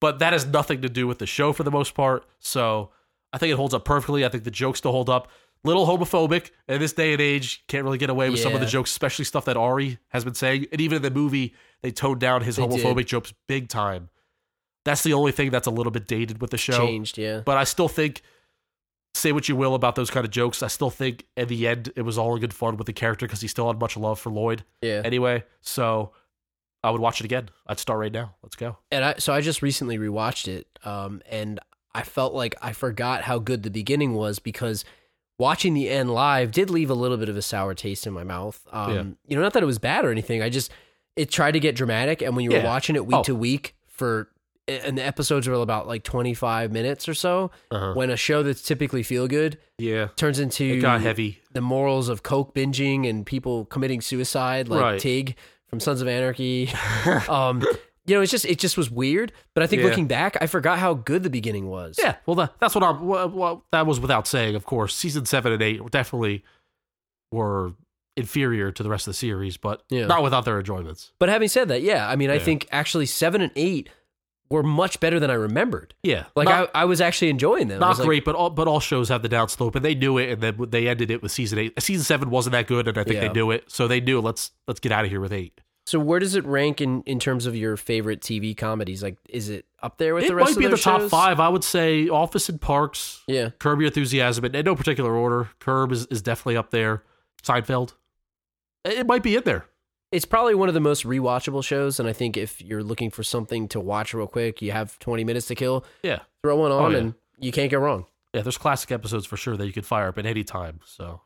F: But that has nothing to do with the show for the most part. So I think it holds up perfectly. I think the jokes still hold up. Little homophobic in this day and age. Can't really get away with some of the
E: Yeah.
F: jokes, especially stuff that Ari has been saying. And even in the movie, they toned down his
E: They did.
F: homophobic jokes big time. That's the only thing that's a little bit dated with the show.
E: Changed, yeah.
F: But I still think, say what you will about those kind of jokes, I still think at the end it was all in good fun with the character because he still had much love for Lloyd
E: Yeah.
F: anyway. So I would watch it again. I'd start right now. Let's go.
E: And I so I just recently rewatched it, um, and I felt like I forgot how good the beginning was because watching the end live did leave a little bit of a sour taste in my mouth. Um,
F: Yeah.
E: You know, not that it was bad or anything. I just it tried to get dramatic, and when you were
F: Yeah.
E: watching it week
F: Oh.
E: to week for, and the episodes were about like twenty five minutes or so.
F: Uh-huh.
E: When a show that's typically feel good
F: Yeah.
E: turns into
F: It got heavy.
E: the morals of coke binging and people committing suicide like
F: Right.
E: Tig from Sons of Anarchy. um, you know, it's just it just was weird. But I think
F: Yeah.
E: looking back, I forgot how good the beginning was.
F: Yeah, well, that, that's what I'm. Well, well, that was without saying, of course. Season seven and eight definitely were inferior to the rest of the series, but
E: Yeah.
F: not without their enjoyments.
E: But having said that, yeah, I mean, I
F: Yeah.
E: think actually seven and eight were much better than I remembered.
F: Yeah,
E: Like
F: not,
E: I, I was actually enjoying them. I
F: not
E: was like,
F: great, but all but all shows have the downslope, and they knew it, and then they ended it with season eight. Season seven wasn't that good, and I think
E: Yeah.
F: they knew it, so they knew let's let's get out of here with eight.
E: so where does it rank in in terms of your favorite TV comedies? Like, is it up there with
F: it
E: the rest
F: might
E: of
F: be in
E: their
F: the top
E: shows?
F: five, I would say. Office and Parks,
E: Yeah.
F: Curb Your Enthusiasm, in in no particular order. Curb is, is definitely up there. Seinfeld, it it might be in there.
E: It's probably one of the most rewatchable shows, and I think if you're looking for something to watch real quick, you have 20 minutes to kill,
F: Yeah.
E: throw one on,
F: yeah.
E: and you can't go wrong.
F: Yeah, there's classic episodes for sure that you could fire up at any time. So,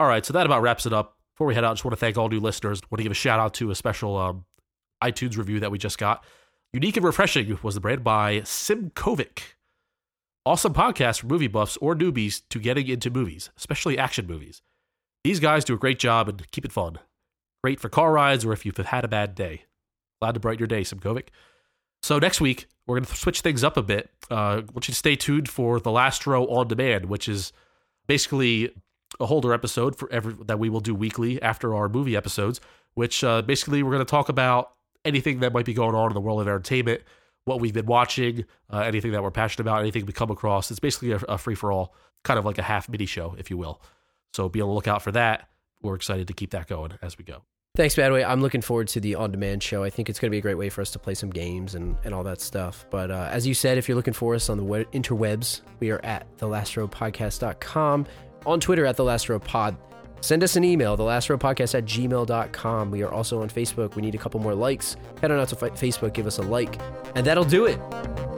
F: all right, so that about wraps it up. Before we head out, I just want to thank all new listeners. want to give a shout out to a special um, iTunes review that we just got. Unique and refreshing was the brand by Simkovic. Awesome podcast for movie buffs or newbies to getting into movies, especially action movies. These guys do a great job and keep it fun. Great for car rides or if you've had a bad day. Glad to brighten your day, Simkovic. So next week we're going to switch things up a bit. Uh, I want you to stay tuned for the last row on demand, which is basically a holder episode for every that we will do weekly after our movie episodes. Which uh, basically we're going to talk about anything that might be going on in the world of entertainment, what we've been watching, uh, anything that we're passionate about, anything we come across. It's basically a, a free for all, kind of like a half mini show, if you will. So be on the lookout for that. We're excited to keep that going as we go.
E: Thanks, Badway. I'm looking forward to the on demand show. I think it's going to be a great way for us to play some games and, and all that stuff. But uh, as you said, if you're looking for us on the we- interwebs, we are at thelastrowpodcast.com, on Twitter at thelastrowpod. Send us an email, thelastrowpodcast at gmail.com. We are also on Facebook. We need a couple more likes. Head on out to fi- Facebook, give us a like, and that'll do it.